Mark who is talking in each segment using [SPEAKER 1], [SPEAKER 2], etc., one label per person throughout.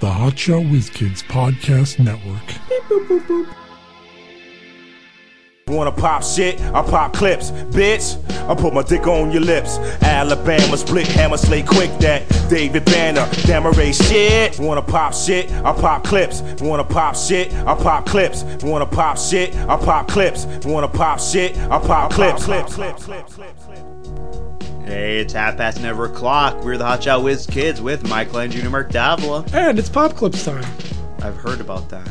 [SPEAKER 1] the Hotshot Whiz Kids Podcast Network.
[SPEAKER 2] Wanna pop shit? I pop clips, bitch. I put my dick on your lips. Alabama split hammer slay quick that David Banner, Damaray shit. Wanna pop shit? I pop clips. Wanna pop shit? I pop clips. Wanna pop shit? I pop clips. Wanna pop shit? I pop clips.
[SPEAKER 3] Hey, it's half past never o'clock. We're the Hotshot Wiz Kids with Michael and Junior Mark Davila.
[SPEAKER 4] And it's Pop Clips time.
[SPEAKER 3] I've heard about that.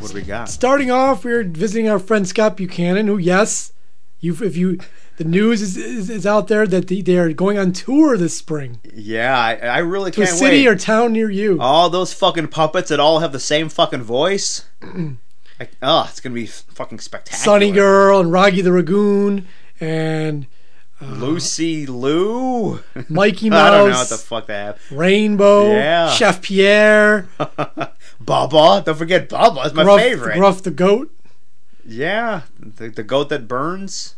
[SPEAKER 3] What do we got?
[SPEAKER 4] Starting off, we're visiting our friend Scott Buchanan, who, yes, you if you the news is, is, is out there that they, they are going on tour this spring
[SPEAKER 3] Yeah, I, I really
[SPEAKER 4] to a
[SPEAKER 3] can't
[SPEAKER 4] city
[SPEAKER 3] wait.
[SPEAKER 4] or town near you.
[SPEAKER 3] all those fucking puppets that all have the same fucking voice. I, oh, it's gonna be fucking spectacular.
[SPEAKER 4] Sunny Girl and Rocky the Ragoon and uh,
[SPEAKER 3] Lucy Lou.
[SPEAKER 4] Mikey Mouse,
[SPEAKER 3] I don't know what the fuck they have.
[SPEAKER 4] Rainbow,
[SPEAKER 3] Yeah.
[SPEAKER 4] Chef Pierre,
[SPEAKER 3] Baba, don't forget Baba. It's my
[SPEAKER 4] Gruff,
[SPEAKER 3] favorite.
[SPEAKER 4] Gruff the Goat.
[SPEAKER 3] Yeah, the, the goat that burns.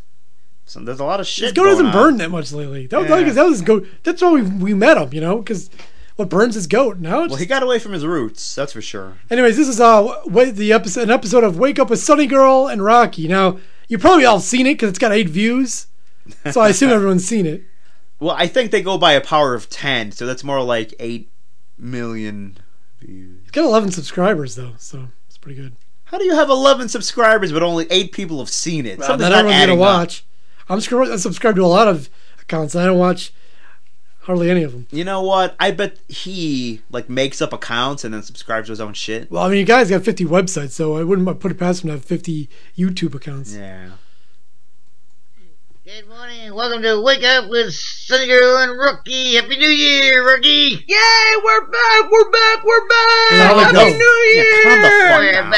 [SPEAKER 3] So there's a lot of shit.
[SPEAKER 4] His goat
[SPEAKER 3] going
[SPEAKER 4] hasn't
[SPEAKER 3] on.
[SPEAKER 4] burned that much lately. That, was-
[SPEAKER 3] Yeah.
[SPEAKER 4] that was his goat. That's why we, we met him, you know, because what burns his goat. Now it's
[SPEAKER 3] Well, he got away from his roots. That's for sure.
[SPEAKER 4] Anyways, this is uh wa- the episode an episode of Wake Up with Sunny Girl and Rocky. Now you probably all seen it because it's got eight views, so I assume everyone's seen it.
[SPEAKER 3] Well, I think they go by a power of ten, so that's more like eight million views.
[SPEAKER 4] It's got eleven subscribers though, so it's pretty good.
[SPEAKER 3] How do you have eleven subscribers but only eight people have seen it?
[SPEAKER 4] Not
[SPEAKER 3] Something's
[SPEAKER 4] everyone's
[SPEAKER 3] adding
[SPEAKER 4] gonna
[SPEAKER 3] up.
[SPEAKER 4] watch. I'm scr- I subscribe to a lot of accounts. And I don't watch hardly any of them.
[SPEAKER 3] You know what? I bet he like makes up accounts and then subscribes to his own shit.
[SPEAKER 4] Well, I mean, you guys got 50 websites, so I wouldn't put it past them to have 50 YouTube accounts.
[SPEAKER 3] Yeah.
[SPEAKER 5] Good morning, and welcome to Wake Up with Sunny Girl and Rookie. Happy New Year, Rookie! Yay, we're back, we're back, we're back!
[SPEAKER 4] And how it goes.
[SPEAKER 3] Yeah, calm the fuck
[SPEAKER 5] We're
[SPEAKER 3] down.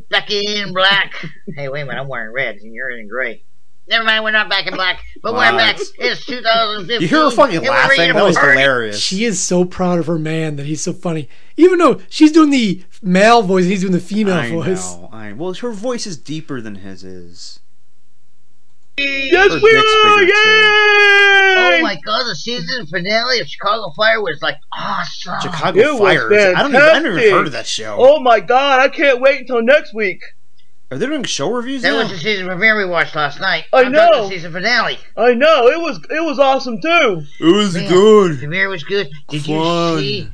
[SPEAKER 5] back, back in black. hey, wait a minute, I'm wearing red and you're in gray. Never mind, we're not back in black, but
[SPEAKER 3] Wow.
[SPEAKER 5] we're back. It's 2015.
[SPEAKER 3] You hear her fucking
[SPEAKER 5] and we're ready
[SPEAKER 3] laughing?
[SPEAKER 5] to
[SPEAKER 3] That was
[SPEAKER 5] party.
[SPEAKER 3] hilarious.
[SPEAKER 4] She is so proud of her man that he's so funny. Even though she's doing the male voice, and he's doing the female
[SPEAKER 3] I
[SPEAKER 4] voice.
[SPEAKER 3] know. I, well, her voice is deeper than his is.
[SPEAKER 5] Yes,
[SPEAKER 3] Her dick's bigger, too.
[SPEAKER 5] Oh my god, the season finale of Chicago Fire was like awesome.
[SPEAKER 3] Chicago
[SPEAKER 6] It was
[SPEAKER 3] Fires. I don't even, I never even
[SPEAKER 6] fantastic.
[SPEAKER 3] heard of that show.
[SPEAKER 6] Oh my god, I can't wait until next week.
[SPEAKER 3] Are they doing show reviews
[SPEAKER 5] that
[SPEAKER 3] now?
[SPEAKER 5] was the season premiere we watched last night.
[SPEAKER 6] I
[SPEAKER 5] I'm talking
[SPEAKER 6] know.
[SPEAKER 5] The season finale.
[SPEAKER 6] I know, it was it was awesome too.
[SPEAKER 3] it was
[SPEAKER 5] Man, The mirror was good. Did
[SPEAKER 3] Fun.
[SPEAKER 5] you see?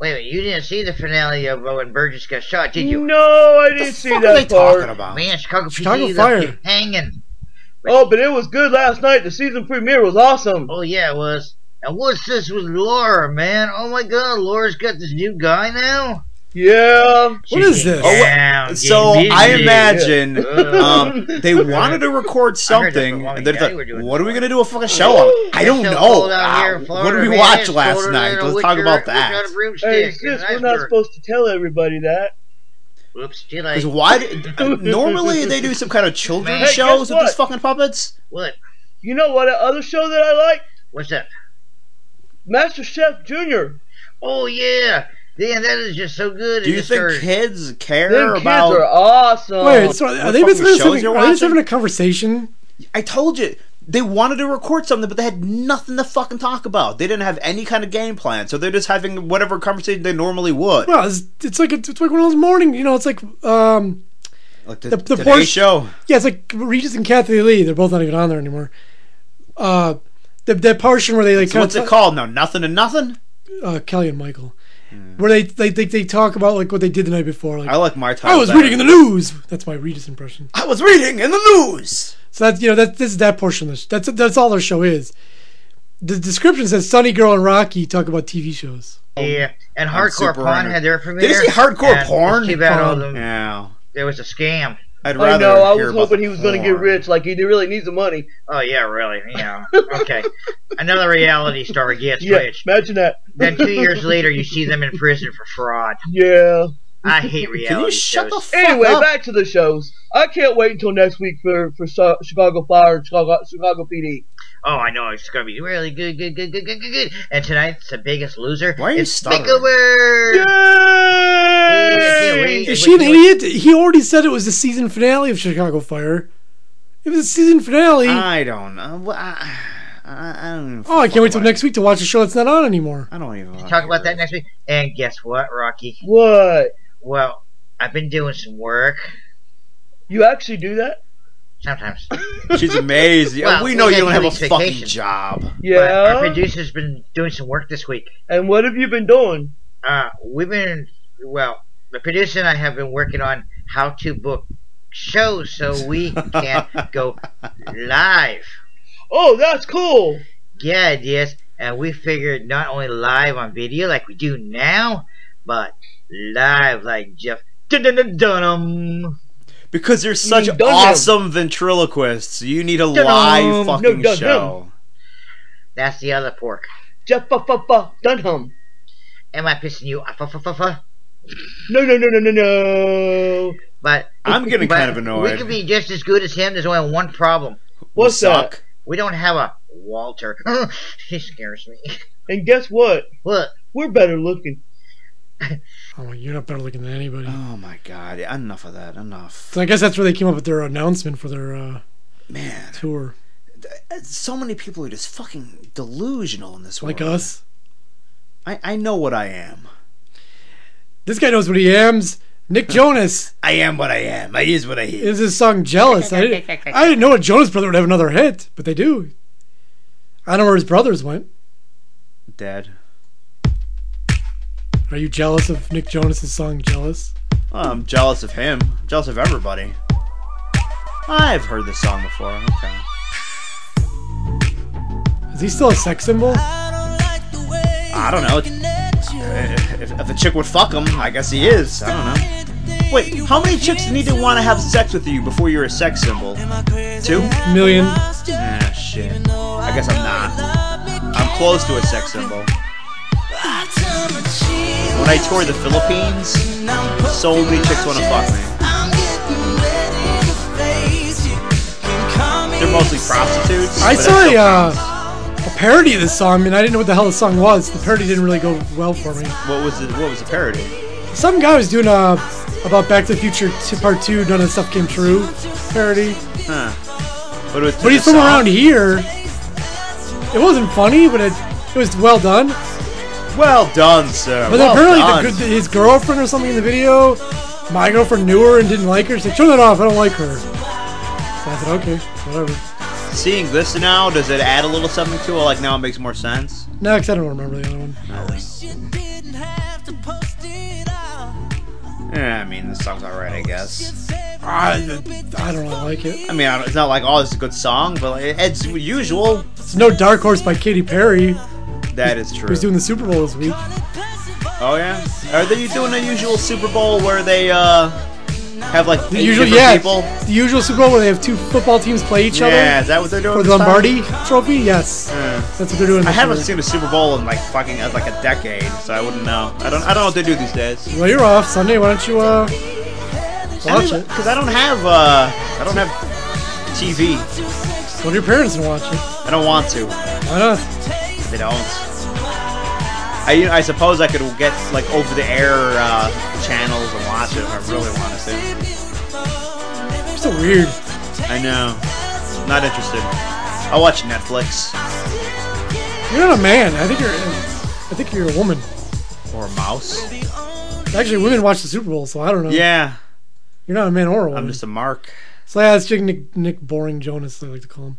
[SPEAKER 5] Wait a minute, you didn't see the finale of uh, when Burgess got shot, did you?
[SPEAKER 6] No, I didn't
[SPEAKER 3] The
[SPEAKER 6] see
[SPEAKER 3] fuck
[SPEAKER 6] that
[SPEAKER 3] are they
[SPEAKER 6] part.
[SPEAKER 3] talking about?
[SPEAKER 5] Man, Chicago PD
[SPEAKER 4] Chicago
[SPEAKER 5] left
[SPEAKER 4] Fire.
[SPEAKER 5] you hanging.
[SPEAKER 6] Oh, but it was good last night. The season premiere was awesome.
[SPEAKER 5] Oh yeah, it was. And what's this with Laura, man? Oh my God, Laura's got this new guy now.
[SPEAKER 6] Yeah.
[SPEAKER 4] What is this?
[SPEAKER 3] Oh,
[SPEAKER 5] Down,
[SPEAKER 3] So
[SPEAKER 5] getting
[SPEAKER 3] I
[SPEAKER 5] busy.
[SPEAKER 3] imagine um, they
[SPEAKER 5] Right.
[SPEAKER 3] wanted to record something,
[SPEAKER 5] Wyoming
[SPEAKER 3] and they're
[SPEAKER 5] County
[SPEAKER 3] like,
[SPEAKER 5] were doing
[SPEAKER 3] "What are we
[SPEAKER 5] it.
[SPEAKER 3] gonna do a fucking show on?" I
[SPEAKER 5] It's
[SPEAKER 3] don't
[SPEAKER 5] so
[SPEAKER 3] know.
[SPEAKER 5] cold out here
[SPEAKER 3] Uh,
[SPEAKER 5] in
[SPEAKER 3] what
[SPEAKER 5] Florida,
[SPEAKER 3] did we
[SPEAKER 5] man.
[SPEAKER 3] watch
[SPEAKER 5] It's
[SPEAKER 3] last
[SPEAKER 5] colder
[SPEAKER 3] night?
[SPEAKER 5] than a
[SPEAKER 3] Let's
[SPEAKER 5] witch
[SPEAKER 3] talk
[SPEAKER 5] or-
[SPEAKER 3] about
[SPEAKER 5] witch on a
[SPEAKER 3] that.
[SPEAKER 5] broomstick
[SPEAKER 6] Hey,
[SPEAKER 5] in
[SPEAKER 6] sis, we're not
[SPEAKER 5] Iceberg.
[SPEAKER 6] supposed to tell everybody that.
[SPEAKER 5] Whoops, did I?
[SPEAKER 3] Because why? did- uh, normally they do some kind of
[SPEAKER 5] Man.
[SPEAKER 3] children's
[SPEAKER 5] Hey, guess
[SPEAKER 3] shows with these
[SPEAKER 6] what?
[SPEAKER 3] fucking puppets.
[SPEAKER 5] What?
[SPEAKER 6] You know what other show that I like?
[SPEAKER 5] What's that?
[SPEAKER 6] Master Chef Junior.
[SPEAKER 5] Oh yeah, damn, that is just so good.
[SPEAKER 3] Do
[SPEAKER 5] It
[SPEAKER 3] you
[SPEAKER 5] just
[SPEAKER 3] think
[SPEAKER 5] started-
[SPEAKER 3] kids care
[SPEAKER 6] Them kids
[SPEAKER 3] about?
[SPEAKER 6] are awesome.
[SPEAKER 4] Wait, so are
[SPEAKER 3] What
[SPEAKER 4] they, just
[SPEAKER 3] fucking shows
[SPEAKER 4] having,
[SPEAKER 3] you're
[SPEAKER 4] are they just
[SPEAKER 3] watching?
[SPEAKER 4] having a conversation?
[SPEAKER 3] I told you they wanted to record something, but they had nothing to fucking talk about. They didn't have any kind of game plan, so they're just having whatever conversation they normally would.
[SPEAKER 4] Well, it's, it's like it's like one of those morning, you know, it's like um
[SPEAKER 3] Like
[SPEAKER 4] the- the
[SPEAKER 3] today's
[SPEAKER 4] portion-
[SPEAKER 3] show.
[SPEAKER 4] yeah, it's like Regis and Kathy Lee. They're both not even on there anymore. Uh, the that portion where they like
[SPEAKER 3] So what's
[SPEAKER 4] kinda
[SPEAKER 3] it called now? Nothing and nothing.
[SPEAKER 4] ta- Uh, Kelly and Michael, where they they, they they talk about like what they did the night before. Like
[SPEAKER 3] Hmm. I like my title.
[SPEAKER 4] I was
[SPEAKER 3] better.
[SPEAKER 4] reading in the news. That's my Regis impression.
[SPEAKER 3] I was reading in the news.
[SPEAKER 4] So that's you know that this is that portion of the sh- that's that's all their show is. The description says Sunny Girl and Rocky talk about TV shows.
[SPEAKER 5] Yeah, and
[SPEAKER 3] I'm
[SPEAKER 5] hardcore
[SPEAKER 3] super
[SPEAKER 5] porn
[SPEAKER 3] honored.
[SPEAKER 5] had their premiere.
[SPEAKER 3] Did you see hardcore
[SPEAKER 5] and
[SPEAKER 3] porn?
[SPEAKER 5] it's Too bad all
[SPEAKER 4] Porn.
[SPEAKER 5] them.
[SPEAKER 3] Yeah.
[SPEAKER 5] There was a scam.
[SPEAKER 3] I'd
[SPEAKER 6] I
[SPEAKER 3] rather.
[SPEAKER 6] know, I
[SPEAKER 3] hear
[SPEAKER 6] was
[SPEAKER 3] about
[SPEAKER 6] hoping
[SPEAKER 3] the
[SPEAKER 6] he was gonna get
[SPEAKER 3] porn.
[SPEAKER 6] rich, like he really needs the money.
[SPEAKER 5] Oh yeah, really? Yeah. Okay. Another reality star gets
[SPEAKER 6] Yeah,
[SPEAKER 5] rich.
[SPEAKER 6] imagine that.
[SPEAKER 5] Then two years later, you see them in prison for fraud.
[SPEAKER 6] Yeah.
[SPEAKER 5] I hate reality
[SPEAKER 3] Can you shut the
[SPEAKER 5] shows.
[SPEAKER 3] fuck
[SPEAKER 6] Anyway,
[SPEAKER 3] up?
[SPEAKER 6] back to the shows. I can't wait until next week for for Chi- Chicago Fire, and Chicago Chicago PD.
[SPEAKER 5] oh, I know it's gonna be really good, good, good, good, good, good, good. And tonight's the biggest loser.
[SPEAKER 3] Why are you
[SPEAKER 5] it's
[SPEAKER 3] stuttering?
[SPEAKER 5] Makeover. Yeah,
[SPEAKER 6] Yay!
[SPEAKER 5] wait.
[SPEAKER 4] Is she an idiot? He already said it was the season finale of Chicago Fire. It was the season finale.
[SPEAKER 3] I don't know. Uh, Well, I, I, I don't even.
[SPEAKER 4] Oh, I can't wait till
[SPEAKER 3] fucking-
[SPEAKER 4] next week to watch a show that's not on anymore.
[SPEAKER 3] I don't even.
[SPEAKER 5] Talk about that next week. And guess what, Rocky?
[SPEAKER 6] What?
[SPEAKER 5] Well, I've been doing some work.
[SPEAKER 6] You actually do that?
[SPEAKER 5] Sometimes.
[SPEAKER 3] She's amazing.
[SPEAKER 5] Well,
[SPEAKER 3] we know
[SPEAKER 5] we
[SPEAKER 3] you don't
[SPEAKER 5] had
[SPEAKER 3] have a
[SPEAKER 5] two weeks
[SPEAKER 3] fucking
[SPEAKER 5] vacation.
[SPEAKER 3] job.
[SPEAKER 5] But our
[SPEAKER 6] Yeah.
[SPEAKER 5] producer's been doing some work this week.
[SPEAKER 6] And what have you been doing?
[SPEAKER 5] Uh, we've been, well, the producer and I have been working on how to book shows so we can go live.
[SPEAKER 6] Oh, that's cool.
[SPEAKER 5] Yeah, yes. And we figured not only live on video like we do now, but live like Jeff Dunham.
[SPEAKER 3] Because
[SPEAKER 5] Mm,
[SPEAKER 3] you're such
[SPEAKER 6] You don't
[SPEAKER 3] awesome ventriloquists, you need a
[SPEAKER 6] Don't
[SPEAKER 3] live
[SPEAKER 6] know.
[SPEAKER 3] fucking
[SPEAKER 6] No, don't
[SPEAKER 3] show.
[SPEAKER 5] That's the other pork.
[SPEAKER 6] Jeff Fa Fa Fa Dunham.
[SPEAKER 5] Am I pissing you off? off, off, off, off?
[SPEAKER 6] No, no, no, no, no, no.
[SPEAKER 5] But
[SPEAKER 3] I'm getting
[SPEAKER 5] but
[SPEAKER 3] kind of annoyed.
[SPEAKER 5] We could be just as good as him. There's only one problem.
[SPEAKER 6] What's
[SPEAKER 3] suck.
[SPEAKER 5] We don't have a Walter. he scares me.
[SPEAKER 6] that? And guess what?
[SPEAKER 5] Look,
[SPEAKER 6] We're better looking.
[SPEAKER 4] Oh, you're not better looking than anybody.
[SPEAKER 3] Oh my god! yeah, Enough of that. Enough,
[SPEAKER 4] So I guess that's where they came up with their announcement for their uh,
[SPEAKER 3] man.
[SPEAKER 4] tour,
[SPEAKER 3] Uh, So many people are just fucking delusional in this
[SPEAKER 4] like
[SPEAKER 3] world.
[SPEAKER 4] us.
[SPEAKER 3] I, I know what I am.
[SPEAKER 4] This guy knows what he ams. Nick Jonas
[SPEAKER 3] I am what I am. I is what I is.
[SPEAKER 4] is his song "Jealous." I didn't, I didn't know a Jonas brother would have another hit, but they do. I don't know where his brothers went.
[SPEAKER 3] Dad.
[SPEAKER 4] Are you jealous of Nick Jonas' song "Jealous"?
[SPEAKER 3] Well, I'm jealous of him. I'm jealous of everybody. I've heard this song before. Okay.
[SPEAKER 4] Is he still a sex symbol?
[SPEAKER 3] I don't know. eh, If, if a chick would fuck him, I guess he is. I don't know. Wait, how many chicks need to want to have sex with you before you're a sex symbol? Two?
[SPEAKER 4] Million.
[SPEAKER 3] Ah, shit. I guess I'm not. I'm close to a sex symbol. When I toured the Philippines, so many chicks want to fuck me. They're mostly prostitutes.
[SPEAKER 4] I
[SPEAKER 3] but
[SPEAKER 4] saw a,
[SPEAKER 3] that's so-
[SPEAKER 4] uh, a parody of this song, and I didn't know what the hell the song was. The parody didn't really go well for me.
[SPEAKER 3] What was the What was the parody?
[SPEAKER 4] Some guy was doing a about Back to the Future t- Part Two, none of the stuff came true parody.
[SPEAKER 3] Huh? But, it was
[SPEAKER 4] But he's from around here. It wasn't funny, but it, it was well done.
[SPEAKER 3] Well done, sir.
[SPEAKER 4] But
[SPEAKER 3] well
[SPEAKER 4] apparently,
[SPEAKER 3] done.
[SPEAKER 4] the, his girlfriend or something in the video, my girlfriend knew her and didn't like her. She's like, "Turn that off. I don't like her." So I said, "Okay, whatever."
[SPEAKER 3] Seeing this now, does it add a little something to it? Like now it makes more sense.
[SPEAKER 4] Next, I don't remember the other one.
[SPEAKER 3] Yeah, Eh, I mean the song's alright, I guess.
[SPEAKER 4] I, I don't really like it.
[SPEAKER 3] I mean, I don't, it's not like oh, this is a good song, but like, it's usual.
[SPEAKER 4] It's no Dark Horse by Katy Perry,
[SPEAKER 3] That is true.
[SPEAKER 4] who's doing the Super Bowl this week.
[SPEAKER 3] Oh yeah. Are they doing the usual Super Bowl where they uh have like
[SPEAKER 4] The
[SPEAKER 3] eight
[SPEAKER 4] usual,
[SPEAKER 3] different
[SPEAKER 4] yeah,
[SPEAKER 3] people?
[SPEAKER 4] it's the usual Super Bowl where they have two football teams play each
[SPEAKER 3] Yeah,
[SPEAKER 4] other
[SPEAKER 3] is that what they're doing?
[SPEAKER 4] for the
[SPEAKER 3] this time?
[SPEAKER 4] Lombardi Trophy. Yes,
[SPEAKER 3] Yeah.
[SPEAKER 4] that's what they're doing.
[SPEAKER 3] I
[SPEAKER 4] this
[SPEAKER 3] haven't
[SPEAKER 4] year.
[SPEAKER 3] seen a Super Bowl in like fucking uh, like a decade, so I wouldn't know. I don't. I don't know what they do these days.
[SPEAKER 4] Well, you're off Sunday. Why don't you uh, watch it?
[SPEAKER 3] Because I don't have. Uh, I don't have TV.
[SPEAKER 4] Go to your parents and watch it.
[SPEAKER 3] I don't want to.
[SPEAKER 4] Why not?
[SPEAKER 3] They don't. I, you know, I suppose I could get like over the air uh, channels and watch it if I really wanted to.
[SPEAKER 4] It's so weird.
[SPEAKER 3] I know. Not interested. I watch Netflix
[SPEAKER 4] You're not a man. I think you're. I think you're a woman.
[SPEAKER 3] or Mouse.
[SPEAKER 4] Actually, women watch the Super Bowl, so I don't know.
[SPEAKER 3] Yeah,
[SPEAKER 4] You're not a man or a woman.
[SPEAKER 3] I'm just a mark.
[SPEAKER 4] So yeah, that's Nick, Nick, Nick Boring Jonas, I like to call him.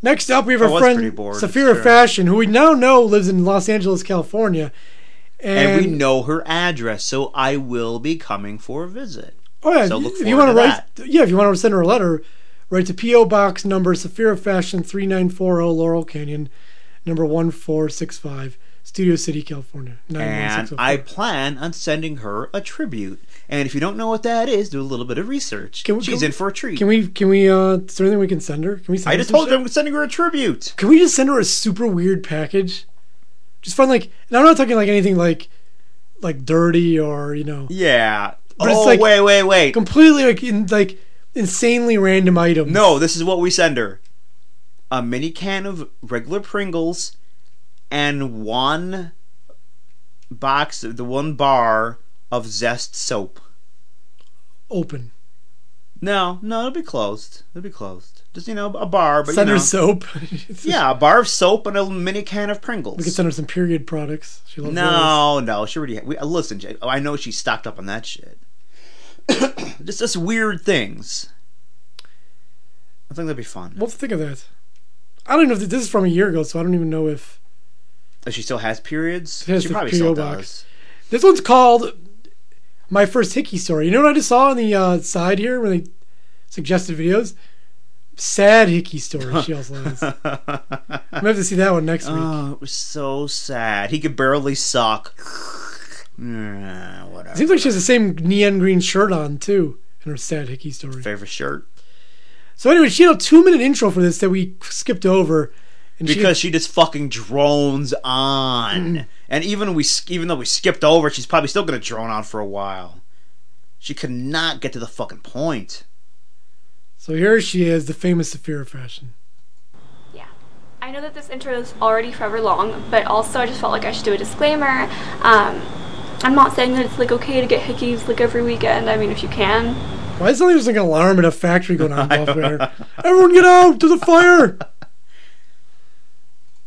[SPEAKER 4] Next up, we have
[SPEAKER 3] I
[SPEAKER 4] our
[SPEAKER 3] was pretty
[SPEAKER 4] friend
[SPEAKER 3] bored,
[SPEAKER 4] Safira
[SPEAKER 3] sure.
[SPEAKER 4] Fashion, who we now know lives in Los Angeles, California. And,
[SPEAKER 3] And, we know her address, so I will be coming for a visit.
[SPEAKER 4] oh yeah,
[SPEAKER 3] so
[SPEAKER 4] if-
[SPEAKER 3] look
[SPEAKER 4] if you
[SPEAKER 3] forward
[SPEAKER 4] want to
[SPEAKER 3] to
[SPEAKER 4] write, yeah, if you want to send her a letter, write to PO Box number Safira Fashion three nine four zero Laurel Canyon, number one four six five, Studio City, California.
[SPEAKER 3] And
[SPEAKER 4] 91604.
[SPEAKER 3] I plan on sending her a tribute. And if you don't know what that is, do a little bit of research.
[SPEAKER 4] Can we-
[SPEAKER 3] She's
[SPEAKER 4] can-
[SPEAKER 3] in for a treat.
[SPEAKER 4] can we can we uh is there anything we can send her? Can we send
[SPEAKER 3] I
[SPEAKER 4] her
[SPEAKER 3] just
[SPEAKER 4] some
[SPEAKER 3] told
[SPEAKER 4] shit?
[SPEAKER 3] you I'm sending her a tribute.
[SPEAKER 4] Can we just send her a super weird package? Just find like, and I'm not talking like anything like, like dirty or you know,
[SPEAKER 3] Yeah.
[SPEAKER 4] But it's
[SPEAKER 3] oh
[SPEAKER 4] like-
[SPEAKER 3] wait, wait, wait.
[SPEAKER 4] completely like in like insanely random items.
[SPEAKER 3] No, this is what we send her: a mini can of regular Pringles, and one box, the one bar of Zest soap.
[SPEAKER 4] open.
[SPEAKER 3] No, no, it'll be closed. It'll be closed. Just you know, a bar, but
[SPEAKER 4] send
[SPEAKER 3] you
[SPEAKER 4] her
[SPEAKER 3] know,
[SPEAKER 4] soap.
[SPEAKER 3] yeah, a bar of soap and a mini can of Pringles.
[SPEAKER 4] We could send her some period products. She loves those.
[SPEAKER 3] No, no, she already. We, uh, listen, Jay, I know she stocked up on that shit. just just weird things. I think that'd be fun.
[SPEAKER 4] What's the thing of that? I don't even know if this is from a year ago, so I don't even know if
[SPEAKER 3] If Oh, she still has periods,
[SPEAKER 4] She has
[SPEAKER 3] she
[SPEAKER 4] the
[SPEAKER 3] probably
[SPEAKER 4] PO
[SPEAKER 3] still
[SPEAKER 4] box.
[SPEAKER 3] does.
[SPEAKER 4] this one's called "My First Hickey Story." You know what I just saw on the uh, side here when they suggested videos? Sad hickey story. She also has. I'm gonna have to see that one next week.
[SPEAKER 3] Oh, it was so sad. He could barely suck. Mm, whatever.
[SPEAKER 4] Seems like she has the same neon green shirt on too in her sad hickey story.
[SPEAKER 3] favorite shirt
[SPEAKER 4] So anyway, she had a two-minute intro for this that we skipped over, and she- Mm.
[SPEAKER 3] because she just fucking drones on. and even we even though we skipped over, she's probably still gonna drone on for a while. She could not get to the fucking point.
[SPEAKER 4] so here she is, the famous Saphira fashion.
[SPEAKER 7] I know that this intro is already forever long, but also I just felt like I should do a disclaimer. Um, I'm not saying that it's like okay to get hickeys like every weekend. I mean, if you can,
[SPEAKER 4] Why is there like an alarm at a factory going on off there? Everyone get out to the fire!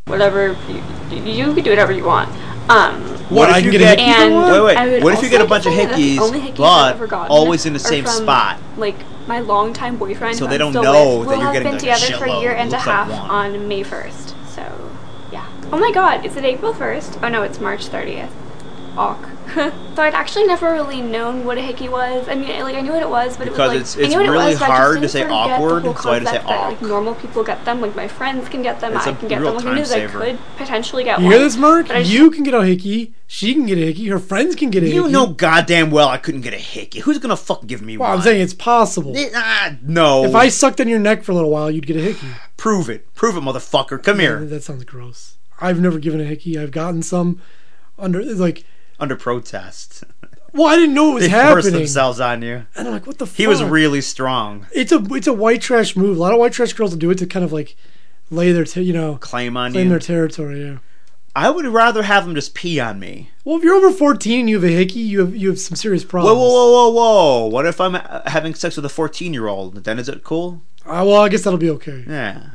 [SPEAKER 7] whatever you, you can do whatever you want. Um,
[SPEAKER 3] What
[SPEAKER 4] I
[SPEAKER 3] if
[SPEAKER 4] can
[SPEAKER 3] you
[SPEAKER 4] get
[SPEAKER 3] get?
[SPEAKER 4] a-
[SPEAKER 7] and
[SPEAKER 3] wait, wait.
[SPEAKER 7] I would
[SPEAKER 3] what if
[SPEAKER 7] also
[SPEAKER 3] you get a
[SPEAKER 7] like to
[SPEAKER 3] bunch of
[SPEAKER 7] say that the only hickeys
[SPEAKER 3] hickeys,
[SPEAKER 7] I've ever
[SPEAKER 3] but
[SPEAKER 7] gotten
[SPEAKER 3] always in the
[SPEAKER 7] are
[SPEAKER 3] same
[SPEAKER 7] from,
[SPEAKER 3] spot?
[SPEAKER 7] Like my longtime boyfriend.
[SPEAKER 3] So
[SPEAKER 7] who
[SPEAKER 3] they
[SPEAKER 7] I'm
[SPEAKER 3] don't
[SPEAKER 7] still
[SPEAKER 3] know
[SPEAKER 7] with.
[SPEAKER 3] that you're
[SPEAKER 7] we'll
[SPEAKER 3] getting,
[SPEAKER 7] have been
[SPEAKER 3] like, a
[SPEAKER 7] together for a year
[SPEAKER 3] shitload.
[SPEAKER 7] and a
[SPEAKER 3] Looks like
[SPEAKER 7] half
[SPEAKER 3] one.
[SPEAKER 7] on May 1st. So, yeah. Oh my God! Is it April 1st? Oh no, it's March 30th. Awk. so I'd actually never really known what a hickey was. I mean, like I knew what it was, but
[SPEAKER 3] Because
[SPEAKER 7] it
[SPEAKER 3] it's-
[SPEAKER 7] was like I
[SPEAKER 3] it's
[SPEAKER 7] knew what it
[SPEAKER 3] really
[SPEAKER 7] was, but I just
[SPEAKER 3] hard to
[SPEAKER 7] didn't
[SPEAKER 3] say
[SPEAKER 7] sort of get the
[SPEAKER 3] awkward,
[SPEAKER 7] whole
[SPEAKER 3] so I just say
[SPEAKER 7] concept that, Like
[SPEAKER 3] awk.
[SPEAKER 7] normal people get them, like my friends can get them,
[SPEAKER 3] It's
[SPEAKER 7] I
[SPEAKER 3] a
[SPEAKER 7] can get
[SPEAKER 3] real
[SPEAKER 7] them. Like I knew
[SPEAKER 3] time
[SPEAKER 7] that I
[SPEAKER 3] saver.
[SPEAKER 7] could potentially get
[SPEAKER 4] You
[SPEAKER 7] one.
[SPEAKER 4] hear this, Mark?
[SPEAKER 7] But I just
[SPEAKER 4] You can get a hickey. She can get a hickey. Her friends can get a
[SPEAKER 3] You
[SPEAKER 4] hickey.
[SPEAKER 3] know goddamn well I couldn't get a hickey. Who's gonna fucking give me
[SPEAKER 4] Well,
[SPEAKER 3] one?
[SPEAKER 4] I'm saying it's possible.
[SPEAKER 3] Eh, ah, no.
[SPEAKER 4] If I sucked on your neck for a little while, you'd get a hickey.
[SPEAKER 3] prove it, prove it, motherfucker. Come here.
[SPEAKER 4] That sounds gross. I've never given a hickey. I've gotten some under like.
[SPEAKER 3] Under protest,
[SPEAKER 4] Well, I didn't know it was
[SPEAKER 3] they forced
[SPEAKER 4] happening,
[SPEAKER 3] themselves on you.
[SPEAKER 4] and I'm like, "What the?" fuck?
[SPEAKER 3] He was really strong.
[SPEAKER 4] It's a it's a white trash move. A lot of white trash girls will do it to kind of like lay their t- you know
[SPEAKER 3] Claim on
[SPEAKER 4] claim
[SPEAKER 3] you.
[SPEAKER 4] their territory. Yeah.
[SPEAKER 3] I would rather have him just pee on me.
[SPEAKER 4] Well, if you're over 14 and you have a hickey, you have you have some serious
[SPEAKER 3] Whoa,
[SPEAKER 4] problems.
[SPEAKER 3] whoa, whoa, whoa, whoa! What if I'm uh, having sex with a fourteen-year-old? Then is it cool?
[SPEAKER 4] Uh, well, I guess that'll be okay.
[SPEAKER 3] Yeah.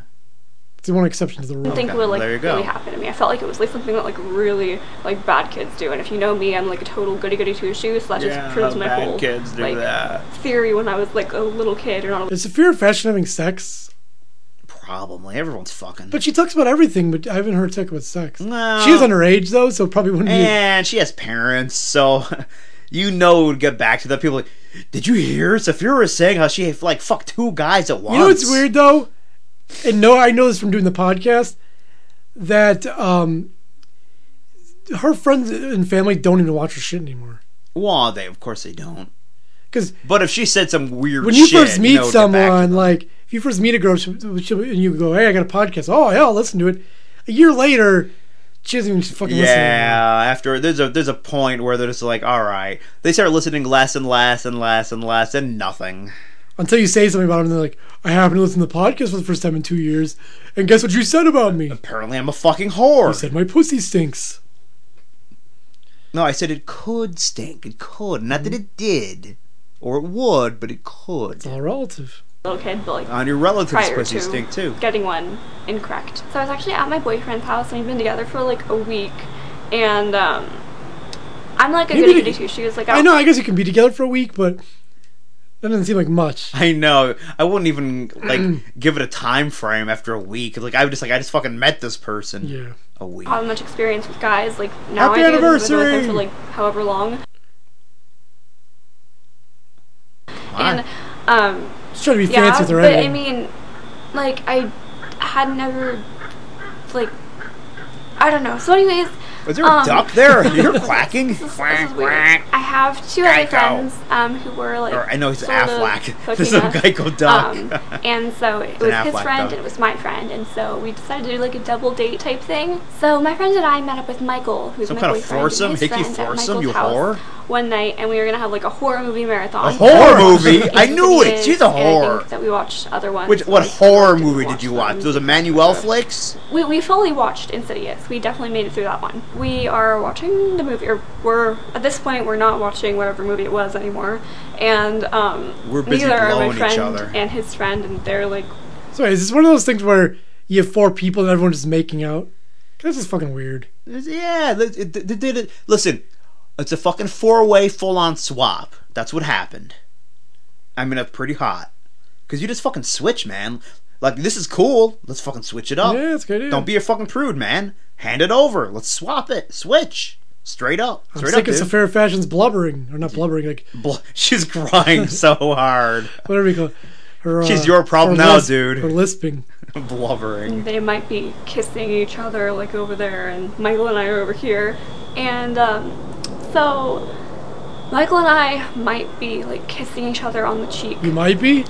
[SPEAKER 4] It's the one exception to the
[SPEAKER 7] didn't
[SPEAKER 4] rule.
[SPEAKER 7] think would like
[SPEAKER 3] there you go.
[SPEAKER 7] really happen to me. I felt like it was like something that like really like bad kids do. And if you know me, I'm like a total goody goody two shoes. So that just proves my whole like
[SPEAKER 3] that.
[SPEAKER 7] theory when I was like a little kid or not. a-
[SPEAKER 4] It's a fear of fashion having sex,
[SPEAKER 3] Probably everyone's fucking.
[SPEAKER 4] but she talks about everything. But I haven't heard her talk about sex.
[SPEAKER 3] No.
[SPEAKER 4] She is underage though, so probably wouldn't be.
[SPEAKER 3] Um, and she has parents, so you know it would get back to the people. Like, did you hear Saphira was saying how she like fucked two guys at once?
[SPEAKER 4] You know what's weird though, and no, I know this from doing the podcast that um, her friends and family don't even watch her shit anymore.
[SPEAKER 3] Well, they of course they don't.
[SPEAKER 4] 'Cause
[SPEAKER 3] but if she said some weird
[SPEAKER 4] when you
[SPEAKER 3] shit,
[SPEAKER 4] first meet
[SPEAKER 3] know, it'd get back to
[SPEAKER 4] someone,
[SPEAKER 3] them.
[SPEAKER 4] like if you first meet a girl she, she, and you go, "Hey, I got a podcast." Oh yeah, I'll listen to it. A year later, she doesn't even fucking listen. anymore.
[SPEAKER 3] yeah, after there's a there's a point where they're just like, all right, they start listening less and less and less and less and nothing.
[SPEAKER 4] Until you say something about them, and they're like, "I happened to listen to the podcast for the first time in two years, and guess what you said about me? You
[SPEAKER 3] Apparently, I'm a fucking whore.
[SPEAKER 4] said my pussy stinks."
[SPEAKER 3] no, I said it could stink. It could, not that it did, or it would, but it could.
[SPEAKER 4] It's all relative.
[SPEAKER 7] little kid, but like
[SPEAKER 3] On your relatives'
[SPEAKER 7] prior
[SPEAKER 3] pussy
[SPEAKER 7] to
[SPEAKER 3] stink too.
[SPEAKER 7] getting one incorrect. So I was actually at my boyfriend's house and we've been together for like a week, and um, I'm like a
[SPEAKER 4] Maybe
[SPEAKER 7] goody
[SPEAKER 4] they-
[SPEAKER 7] goody two shoes. Like
[SPEAKER 4] I know. I guess you can be together for a week, but that doesn't seem like much.
[SPEAKER 3] I know. I wouldn't even like give it a time frame after a week. Like I would just like I just fucking met this person.
[SPEAKER 4] Yeah.
[SPEAKER 3] A week.
[SPEAKER 7] How much experience with guys? Like now
[SPEAKER 4] Happy
[SPEAKER 7] I do. I've been with them
[SPEAKER 4] anniversary!
[SPEAKER 7] for like however long,
[SPEAKER 3] Why?
[SPEAKER 7] and um,
[SPEAKER 4] Just try to be
[SPEAKER 7] yeah,
[SPEAKER 4] fancy with her.
[SPEAKER 7] but I
[SPEAKER 4] editing.
[SPEAKER 7] mean, like I had never, like, I don't know. So, anyways,
[SPEAKER 3] Was there a
[SPEAKER 7] um,
[SPEAKER 3] duck there? You're quacking.
[SPEAKER 7] this
[SPEAKER 3] Quack
[SPEAKER 7] is weird.
[SPEAKER 3] quack.
[SPEAKER 7] I have two other
[SPEAKER 3] Geico.
[SPEAKER 7] friends um, who were like.
[SPEAKER 3] Or I know he's
[SPEAKER 7] sort of
[SPEAKER 3] Aflac. There's
[SPEAKER 7] hooking
[SPEAKER 3] no
[SPEAKER 7] up.
[SPEAKER 3] Geico duck.
[SPEAKER 7] Um, and so it was
[SPEAKER 3] an
[SPEAKER 7] his
[SPEAKER 3] Aflac
[SPEAKER 7] friend
[SPEAKER 3] duck.
[SPEAKER 7] and it was my friend, and so we decided to do like a double date type thing. So my friend and I met up with Michael, who's
[SPEAKER 3] Some
[SPEAKER 7] my
[SPEAKER 3] kind of
[SPEAKER 7] boyfriend, and
[SPEAKER 3] foursome,
[SPEAKER 7] his
[SPEAKER 3] hickey
[SPEAKER 7] friend at
[SPEAKER 3] foursome,
[SPEAKER 7] Michael's
[SPEAKER 3] you
[SPEAKER 7] house
[SPEAKER 3] whore.
[SPEAKER 7] one night, and we were gonna have like a horror movie marathon.
[SPEAKER 3] A horror
[SPEAKER 7] Which
[SPEAKER 3] movie?
[SPEAKER 7] is
[SPEAKER 3] I knew it.
[SPEAKER 7] is,
[SPEAKER 3] She's a
[SPEAKER 7] and I
[SPEAKER 3] horror.
[SPEAKER 7] think that we watched other ones.
[SPEAKER 3] Which
[SPEAKER 7] but
[SPEAKER 3] what
[SPEAKER 7] we
[SPEAKER 3] horror
[SPEAKER 7] didn't
[SPEAKER 3] movie did you
[SPEAKER 7] them.
[SPEAKER 3] watch? Those Emmanuel flicks?
[SPEAKER 7] We, we fully watched Insidious. We definitely made it through that one. We are watching the movie, or we're at this point we're not watching whatever movie it was anymore, and um,
[SPEAKER 3] We're busy
[SPEAKER 7] neither are
[SPEAKER 3] blowing
[SPEAKER 7] my
[SPEAKER 3] each
[SPEAKER 7] friend
[SPEAKER 3] other.
[SPEAKER 7] and his friend, and they're like,
[SPEAKER 4] So is this one of those things where you have four people and everyone's just making out? 'Cause This is fucking weird.
[SPEAKER 3] Yeah, they they- they did it. Listen, it's a fucking four-way full-on swap. That's what happened. I mean, that's pretty hot. Cause you just fucking switch, man. Like this is cool. Let's fucking switch it up.
[SPEAKER 4] yeah, that's good. Yeah.
[SPEAKER 3] Don't be a fucking prude, man. Hand it over. Let's swap it. Switch. Straight up.
[SPEAKER 4] I'm
[SPEAKER 3] Straight
[SPEAKER 4] sick
[SPEAKER 3] up,
[SPEAKER 4] of
[SPEAKER 3] dude.
[SPEAKER 4] Sapphire Fashion's blubbering, or not blubbering, like
[SPEAKER 3] Bl- She's crying so hard.
[SPEAKER 4] whatever you call it. Her,
[SPEAKER 3] She's
[SPEAKER 4] uh,
[SPEAKER 3] your problem
[SPEAKER 4] her
[SPEAKER 3] now,
[SPEAKER 4] lisp-
[SPEAKER 3] dude.
[SPEAKER 4] Her lisping.
[SPEAKER 3] Blubbering.
[SPEAKER 7] they might be kissing each other like over there and michael and i are over here and um, so michael and i might be like kissing each other on the cheek
[SPEAKER 4] You might be.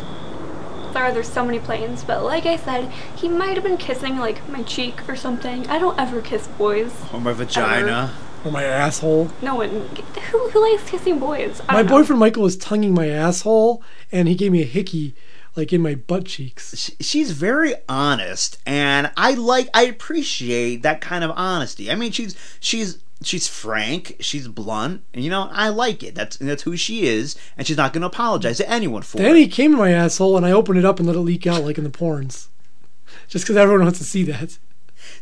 [SPEAKER 7] sorry there's so many planes but like i said he might have been kissing like my cheek or something i don't ever kiss boys
[SPEAKER 3] Oh, my vagina.
[SPEAKER 4] Or my asshole.
[SPEAKER 7] no one who, who likes kissing boys I
[SPEAKER 4] My
[SPEAKER 7] don't know.
[SPEAKER 4] boyfriend Michael was tonguing my asshole, and he gave me a hickey, like in my butt cheeks.
[SPEAKER 3] She- She's very honest, and I like. I appreciate that kind of honesty. I mean, she's she's she's frank. She's blunt, and you know, I like it. That's that's who she is, and she's not going to apologize to anyone for
[SPEAKER 4] Then
[SPEAKER 3] it.
[SPEAKER 4] he came to my asshole, and I opened it up and let it leak out, like in the porns, just because everyone wants to see that.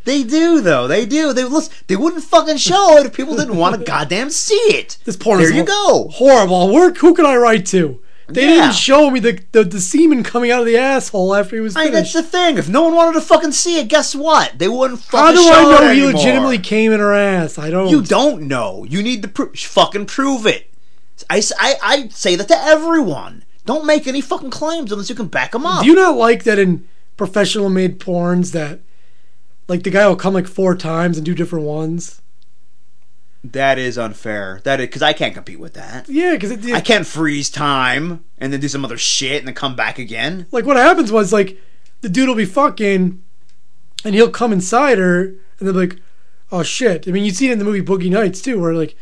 [SPEAKER 3] They do though. They do. They listen, They wouldn't fucking show it if people didn't want to goddamn see it.
[SPEAKER 4] This porn.
[SPEAKER 3] There
[SPEAKER 4] is
[SPEAKER 3] you
[SPEAKER 4] hor-
[SPEAKER 3] go.
[SPEAKER 4] Horrible. Where? Who could I write to? They
[SPEAKER 3] Yeah.
[SPEAKER 4] didn't show me the, the the semen coming out of the asshole after he was
[SPEAKER 3] I mean,
[SPEAKER 4] finished.
[SPEAKER 3] that's the thing. If no one wanted to fucking see it, guess what? They wouldn't
[SPEAKER 4] How
[SPEAKER 3] fucking
[SPEAKER 4] do I
[SPEAKER 3] show it
[SPEAKER 4] know he
[SPEAKER 3] anymore.
[SPEAKER 4] legitimately came in her ass? I don't.
[SPEAKER 3] You don't know. You need to pro- fucking prove it. I, s- I- I say that to everyone. Don't make any fucking claims unless you can back them up.
[SPEAKER 4] Do you not like that in professional made porns that, like, the guy will come like four times and do different ones?
[SPEAKER 3] that is unfair. That is because I can't compete with that.
[SPEAKER 4] Yeah, because it,
[SPEAKER 3] I can't freeze time and then do some other shit and then come back again.
[SPEAKER 4] like what happens was like the dude will be fucking and he'll come inside her and they'll be like oh shit i mean you see it in the movie boogie nights too where like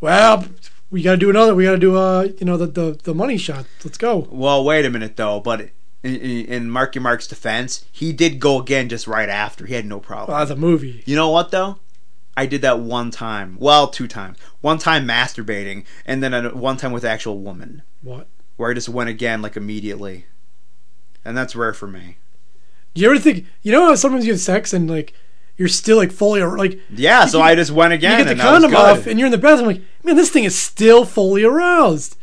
[SPEAKER 4] well we gotta do another we gotta do uh you know the the, the money shot let's go
[SPEAKER 3] Well, wait a minute though. But in, in, in Marky Mark's defense, he did go again just right after. He had no problem.
[SPEAKER 4] well, that's a movie
[SPEAKER 3] You know what though? I did that one time. Well, two times. One time masturbating, and then a- one time with an actual woman,
[SPEAKER 4] what
[SPEAKER 3] where I just went again like immediately. And that's rare for me.
[SPEAKER 4] do you ever think you know how sometimes you have sex and like you're still like fully ar- like
[SPEAKER 3] Yeah, so I just went
[SPEAKER 4] you
[SPEAKER 3] again.
[SPEAKER 4] get the
[SPEAKER 3] and that was
[SPEAKER 4] condom
[SPEAKER 3] good.
[SPEAKER 4] off and you're in the bathroom like man this thing is still fully aroused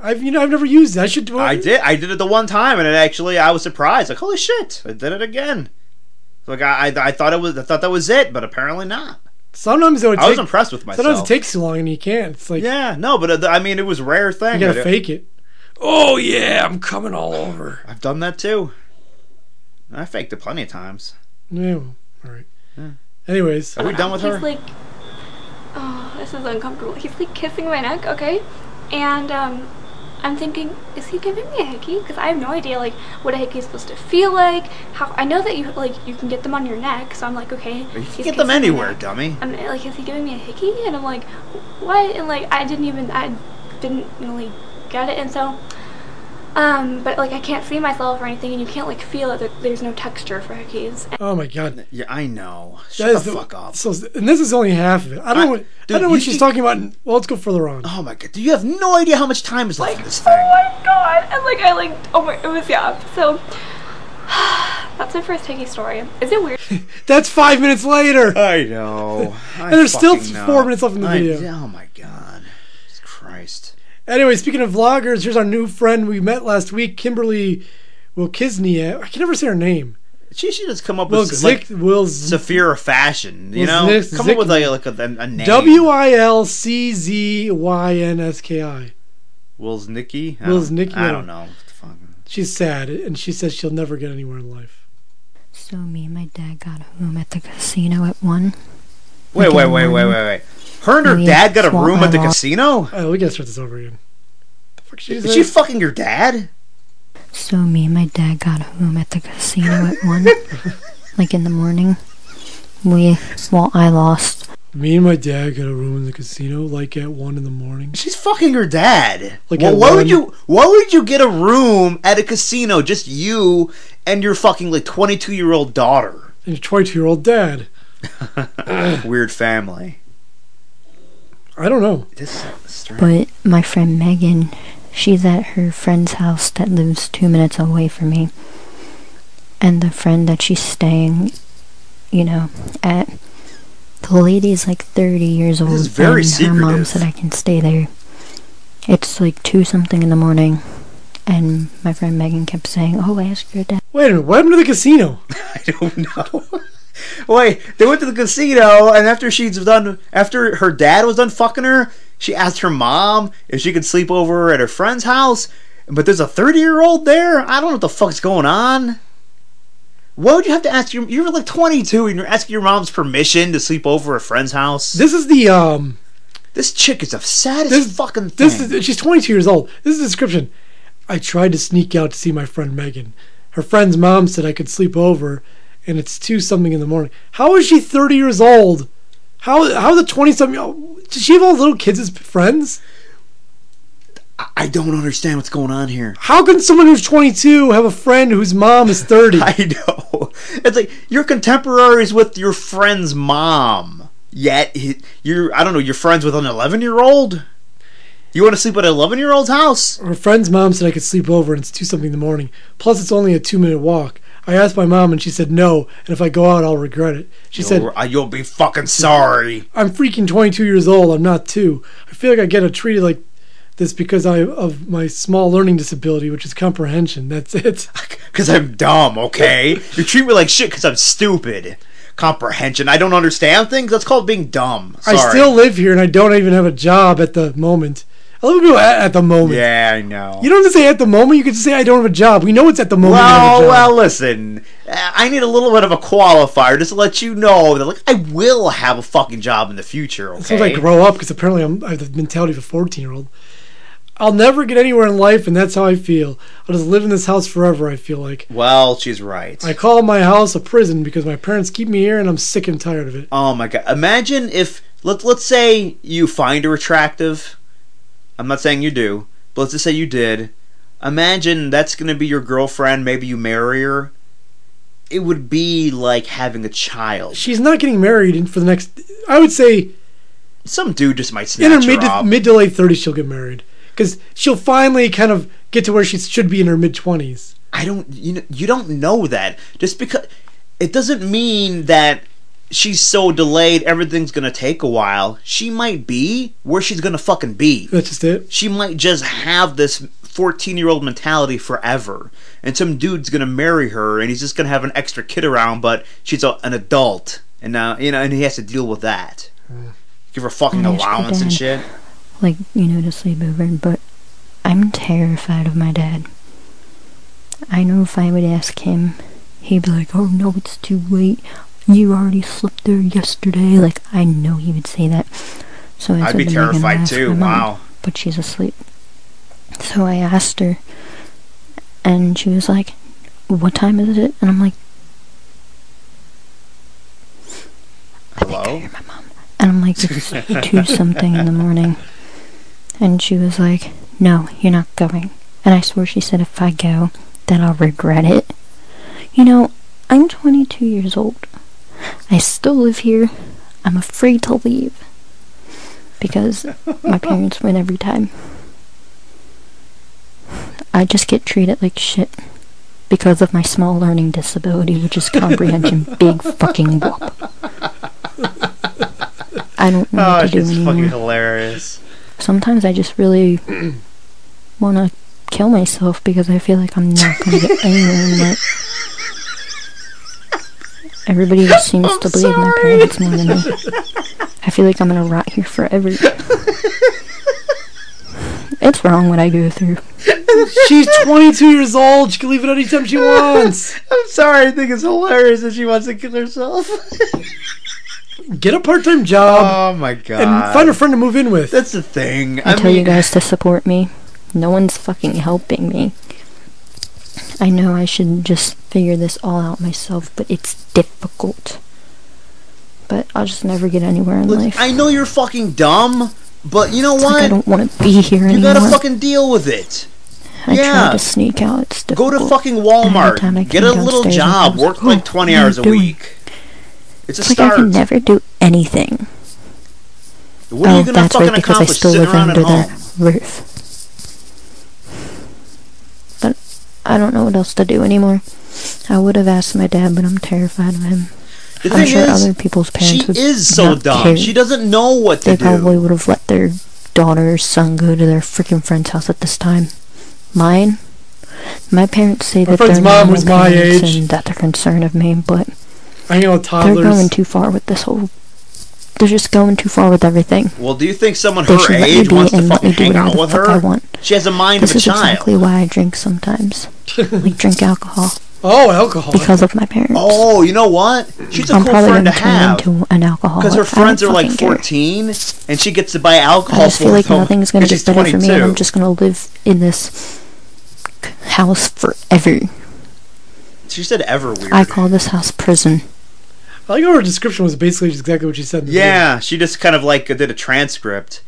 [SPEAKER 4] i've you know i've never used it i should do it
[SPEAKER 3] I did. I did it the one time, and it actually I was surprised. Like, holy shit! I did it again. Like I, I, I thought it was. I thought that was it, but apparently not.
[SPEAKER 4] sometimes it would
[SPEAKER 3] I was
[SPEAKER 4] take-
[SPEAKER 3] impressed with myself.
[SPEAKER 4] sometimes it takes too long and you can't it's like
[SPEAKER 3] yeah, no, but uh, th- I mean, it was a rare thing.
[SPEAKER 4] You gotta
[SPEAKER 3] I-
[SPEAKER 4] fake it. Oh yeah, I'm coming all over.
[SPEAKER 3] I've done that too. I faked it plenty of times.
[SPEAKER 4] Yeah, well, all right. Anyways,
[SPEAKER 3] Are we done with
[SPEAKER 7] he's
[SPEAKER 3] her?
[SPEAKER 7] like, oh, this is uncomfortable. He's like kissing my neck, okay? And um, I'm thinking, is he giving me a hickey? Because I have no idea, like, what a hickey is supposed to feel like. How I know that you like you can get them on your neck, so I'm like, okay.
[SPEAKER 3] You
[SPEAKER 7] he's
[SPEAKER 3] can get them
[SPEAKER 7] kissing my
[SPEAKER 3] anywhere,
[SPEAKER 7] neck.
[SPEAKER 3] dummy.
[SPEAKER 7] I'm like, is he giving me a hickey? And I'm like, what? And like, I didn't even, I didn't really get it. And so, um, but like, I can't see myself or anything, and you can't like feel it. There, there's no texture for hickeys.
[SPEAKER 4] oh my god, that
[SPEAKER 3] Yeah, I know.
[SPEAKER 4] is
[SPEAKER 3] Shut the, fuck up.
[SPEAKER 4] So, and this is only half of it. I don't,
[SPEAKER 3] I-
[SPEAKER 4] know what- I
[SPEAKER 3] dude,
[SPEAKER 4] don't know what
[SPEAKER 3] you
[SPEAKER 4] she's
[SPEAKER 3] think-
[SPEAKER 4] talking about. in- Well, let's go further on.
[SPEAKER 3] Oh my god, do you have no idea how much time is left in this
[SPEAKER 7] Oh
[SPEAKER 3] thing?
[SPEAKER 7] my god! And like I like oh my it was yeah. So that's my first hickey story. Is it weird?
[SPEAKER 4] That's five minutes later.
[SPEAKER 3] I know. I
[SPEAKER 4] And there's still
[SPEAKER 3] fucking know.
[SPEAKER 4] four minutes left in the
[SPEAKER 3] I-
[SPEAKER 4] video.
[SPEAKER 3] oh my god. Jesus Christ.
[SPEAKER 4] Anyway, speaking of vloggers, here's our new friend we met last week, Kimberly Wilkisnia. I can never say her name.
[SPEAKER 3] She should just come up
[SPEAKER 4] Will
[SPEAKER 3] with like
[SPEAKER 4] Zick Will Z-
[SPEAKER 3] Saphira fashion, you
[SPEAKER 4] Well,
[SPEAKER 3] know?
[SPEAKER 4] Zick-
[SPEAKER 3] come
[SPEAKER 4] Zick-
[SPEAKER 3] up with like, a- like a, a name.
[SPEAKER 4] W I L C Z Y N S K I.
[SPEAKER 3] Will's Nicky. I
[SPEAKER 4] Will's
[SPEAKER 3] don't-
[SPEAKER 4] Nicky,
[SPEAKER 3] I
[SPEAKER 4] yeah.
[SPEAKER 3] don't know. What the fuck?
[SPEAKER 4] She's sad, and she says she'll never get anywhere in life.
[SPEAKER 8] So me and my dad got home at the casino at one.
[SPEAKER 3] Wait, wait, wait, wait, wait, wait. Her and her
[SPEAKER 8] Maybe
[SPEAKER 3] dad got a
[SPEAKER 8] swap
[SPEAKER 3] room
[SPEAKER 8] my
[SPEAKER 3] at the
[SPEAKER 8] wall.
[SPEAKER 3] casino?
[SPEAKER 4] Oh, we gotta start this over again. The fuck she
[SPEAKER 3] Is she
[SPEAKER 4] said?
[SPEAKER 3] fucking your dad?
[SPEAKER 8] So me and my dad got home at the casino at one, like in the morning. We, well, I lost.
[SPEAKER 4] Me and my dad got a room in the casino, like at one in the morning.
[SPEAKER 3] She's fucking her dad.
[SPEAKER 4] Like
[SPEAKER 3] Wha-
[SPEAKER 4] at
[SPEAKER 3] why
[SPEAKER 4] one-
[SPEAKER 3] would you? Why would you get a room at a casino just you and your fucking like twenty two year old daughter?
[SPEAKER 4] And a 22 year old dad.
[SPEAKER 3] Weird family.
[SPEAKER 4] I don't know.
[SPEAKER 3] This is strange.
[SPEAKER 8] But my friend Megan, she's at her friend's house that lives two minutes away from me. And the friend that she's staying, you know, at, the lady is like 30 years old.
[SPEAKER 3] is very
[SPEAKER 8] and Her mom
[SPEAKER 3] secretive.
[SPEAKER 8] said I can stay there. It's like 2 something in the morning. And my friend Megan kept saying, Oh, ask your dad.
[SPEAKER 4] Wait a minute. What happened to the casino?
[SPEAKER 3] I don't know. Wait, they went to the casino, and after she's done, after her dad was done fucking her, she asked her mom if she could sleep over at her friend's house. But there's a 30 year old there. I don't know what the fuck's going on. Why would you have to ask your? You're like 22, and you're asking your mom's permission to sleep over at a friend's house.
[SPEAKER 4] This is the um.
[SPEAKER 3] This chick is a saddest
[SPEAKER 4] This-
[SPEAKER 3] fucking thing.
[SPEAKER 4] This is she's 22 years old. This is the description. I tried to sneak out to see my friend Megan. Her friend's mom said I could sleep over, and it's two something in the morning. How is she 30 years old? How how the 20 something? old Does she have all little kids as friends?
[SPEAKER 3] I- I don't understand what's going on here.
[SPEAKER 4] How can someone who's 22 have a friend whose mom is 30?
[SPEAKER 3] I know. It's like you're contemporaries with your friend's mom. Yet he- you're, I don't know, you're friends with an 11 year old. You want to sleep at an 11 year old's house?
[SPEAKER 4] Her friend's mom said I could sleep over, and it's two something in the morning. Plus, it's only a two minute walk. I asked my mom, and she said no. And if I go out, I'll regret it. She said,
[SPEAKER 3] you'll, uh, you'll be fucking sorry.
[SPEAKER 4] I'm freaking 22 years old. I'm not two. I feel like I get a treated like this because I of my small learning disability, which is comprehension. That's it.
[SPEAKER 3] Because I'm dumb, okay? You treat me like shit because I'm stupid. Comprehension. I don't understand things. That's called being dumb. Sorry.
[SPEAKER 4] I still live here and I don't even have a job at the moment. I love people at, at the moment.
[SPEAKER 3] Yeah, I know.
[SPEAKER 4] You don't have to say at the moment. You can just say I don't have a job. We know it's at the moment. you don't have
[SPEAKER 3] Well,
[SPEAKER 4] a job.
[SPEAKER 3] well, listen. uh, I need a little bit of a qualifier just to let you know that, like, I will have a fucking job in the future. Okay.
[SPEAKER 4] As soon as I grow up, because apparently I'm, I have the mentality of a 14 year old. I'll never get anywhere in life, and that's how I feel. I'll just live in this house forever. I feel like
[SPEAKER 3] well, she's right.
[SPEAKER 4] I call my house a prison because my parents keep me here, and I'm sick and tired of it.
[SPEAKER 3] oh my god! Imagine if let let's say you find her attractive. I'm not saying you do, but let's just say you did. Imagine that's gonna be your girlfriend. Maybe you marry her. It would be like having a child.
[SPEAKER 4] she's not getting married in- for the next. I would say
[SPEAKER 3] Some dude just might
[SPEAKER 4] in her
[SPEAKER 3] snatch
[SPEAKER 4] mid
[SPEAKER 3] her
[SPEAKER 4] to,
[SPEAKER 3] up.
[SPEAKER 4] mid to late thirties, she'll get married because she'll finally kind of get to where she should be in her mid twenties.
[SPEAKER 3] I don't you know you don't know that just because it doesn't mean that she's so delayed everything's gonna take a while. She might be where she's gonna fucking be.
[SPEAKER 4] That's just it.
[SPEAKER 3] She might just have this fourteen year old mentality forever, and some dude's gonna marry her, and he's just gonna have an extra kid around, but she's a, an adult, and now you know, and he has to deal with that. Give her fucking
[SPEAKER 8] Yeah, she
[SPEAKER 3] allowance and
[SPEAKER 8] did.
[SPEAKER 3] shit.
[SPEAKER 8] like you know to sleep over but i'm terrified of my dad i know if i would ask him he'd be like oh no it's too late you already slept there yesterday like i know he would say that so I
[SPEAKER 3] I'd
[SPEAKER 8] said
[SPEAKER 3] be
[SPEAKER 8] to Megan, "I'll
[SPEAKER 3] terrified
[SPEAKER 8] ask
[SPEAKER 3] too.
[SPEAKER 8] my mom,"
[SPEAKER 3] Wow.
[SPEAKER 8] but she's asleep so i asked her and she was like what time is it and i'm like I
[SPEAKER 3] Hello.
[SPEAKER 8] hear my mom. And I'm like, it's two something in the morning. And she was like, no, you're not going. And I swear she said, if I go, then I'll regret it. You know, I'm 22 years old. I still live here. I'm afraid to leave. Because my parents win every time. I just get treated like shit because of my small learning disability, which is comprehension. Big fucking whoop. I don't know
[SPEAKER 3] Oh,
[SPEAKER 8] what to do
[SPEAKER 3] she's fucking
[SPEAKER 8] anymore.
[SPEAKER 3] hilarious.
[SPEAKER 8] Sometimes I just really want to kill myself because I feel like I'm not going to get anywhere in life. Everybody just seems to believe my parents more than me. I feel like I'm going to rot here forever. it's wrong what I go through.
[SPEAKER 4] She's twenty two years old. She can leave at any time she wants.
[SPEAKER 3] I'm sorry, I think it's hilarious that she wants to kill herself.
[SPEAKER 4] Get a part time job
[SPEAKER 3] oh my god.
[SPEAKER 4] and find a friend to move in with.
[SPEAKER 3] That's the thing.
[SPEAKER 8] I,
[SPEAKER 3] I,
[SPEAKER 8] tell
[SPEAKER 3] mean,
[SPEAKER 8] you guys to support me. No one's fucking helping me. I know I should just figure this all out myself, but it's difficult. but I'll just never get anywhere in
[SPEAKER 3] Look,
[SPEAKER 8] life.
[SPEAKER 3] I know you're fucking dumb, but you know
[SPEAKER 8] It's like I
[SPEAKER 3] what?
[SPEAKER 8] don't want to be here
[SPEAKER 3] you
[SPEAKER 8] anymore.
[SPEAKER 3] gotta fucking deal with it.
[SPEAKER 8] I
[SPEAKER 3] yeah.
[SPEAKER 8] try to sneak out. It's
[SPEAKER 3] Go
[SPEAKER 8] difficult.
[SPEAKER 3] to fucking
[SPEAKER 8] Every time I
[SPEAKER 3] Walmart. Get a
[SPEAKER 8] came
[SPEAKER 3] little
[SPEAKER 8] downstairs, I
[SPEAKER 3] job.
[SPEAKER 8] was
[SPEAKER 3] Work
[SPEAKER 8] "Oh,
[SPEAKER 3] like 20
[SPEAKER 8] what are
[SPEAKER 3] hours
[SPEAKER 8] you
[SPEAKER 3] a
[SPEAKER 8] doing?"
[SPEAKER 3] week. It's a
[SPEAKER 8] It's like I
[SPEAKER 3] start.
[SPEAKER 8] can never do anything.
[SPEAKER 3] what are
[SPEAKER 8] oh,
[SPEAKER 3] you gonna
[SPEAKER 8] that's right,
[SPEAKER 3] fucking
[SPEAKER 8] because I
[SPEAKER 3] accomplish
[SPEAKER 8] still
[SPEAKER 3] sitting
[SPEAKER 8] live
[SPEAKER 3] around at
[SPEAKER 8] under
[SPEAKER 3] home?
[SPEAKER 8] that roof. But I don't know what else to do anymore. I would have asked my dad, but I'm terrified of him.
[SPEAKER 3] The
[SPEAKER 8] I'm
[SPEAKER 3] thing
[SPEAKER 8] sure
[SPEAKER 3] is,
[SPEAKER 8] other people's
[SPEAKER 3] she
[SPEAKER 8] parents would
[SPEAKER 3] is so
[SPEAKER 8] not
[SPEAKER 3] dumb.
[SPEAKER 8] care.
[SPEAKER 3] She doesn't know what
[SPEAKER 8] They
[SPEAKER 3] to
[SPEAKER 8] probably
[SPEAKER 3] do.
[SPEAKER 8] would have let their daughter or son go to their freaking friend's house at this time. Mine? My parents say
[SPEAKER 4] My
[SPEAKER 8] that they're
[SPEAKER 4] friend's mom was my
[SPEAKER 8] parents
[SPEAKER 4] age.
[SPEAKER 8] and that they're concerned of me, but
[SPEAKER 4] I hang out with
[SPEAKER 8] they're going
[SPEAKER 4] toddlers.
[SPEAKER 8] too far with this whole. They're just going too far with everything.
[SPEAKER 3] Well, do you think someone
[SPEAKER 8] They
[SPEAKER 3] her
[SPEAKER 8] should let me
[SPEAKER 3] age
[SPEAKER 8] be
[SPEAKER 3] wants to
[SPEAKER 8] and let
[SPEAKER 3] fucking
[SPEAKER 8] me do
[SPEAKER 3] hang out
[SPEAKER 8] whatever the
[SPEAKER 3] with
[SPEAKER 8] fuck I
[SPEAKER 3] her?
[SPEAKER 8] want.
[SPEAKER 3] She has a mind
[SPEAKER 8] This
[SPEAKER 3] of a
[SPEAKER 8] is
[SPEAKER 3] child.
[SPEAKER 8] exactly why I drink sometimes. like drink alcohol
[SPEAKER 4] Oh, alcohol.
[SPEAKER 8] because of my parents.
[SPEAKER 3] Oh, you know what? She's a
[SPEAKER 8] I'm
[SPEAKER 3] cool
[SPEAKER 8] probably
[SPEAKER 3] friend
[SPEAKER 8] going to
[SPEAKER 3] to
[SPEAKER 8] turn
[SPEAKER 3] have.
[SPEAKER 8] into an alcoholic.
[SPEAKER 3] Because her
[SPEAKER 8] I don't
[SPEAKER 3] friends are like
[SPEAKER 8] fucking care.
[SPEAKER 3] 14, and she gets to buy alcohol
[SPEAKER 8] I just
[SPEAKER 3] for
[SPEAKER 8] feel like
[SPEAKER 3] them.
[SPEAKER 8] nothing's going to
[SPEAKER 3] And
[SPEAKER 8] get
[SPEAKER 3] she's
[SPEAKER 8] better for me, and
[SPEAKER 3] 22.
[SPEAKER 8] I'm just going to live in this c- house forever.
[SPEAKER 3] She said ever weird.
[SPEAKER 8] I call this house prison.
[SPEAKER 4] I like how her description was basically just exactly what she said. In the video.
[SPEAKER 3] Yeah, she just kind of like did a transcript.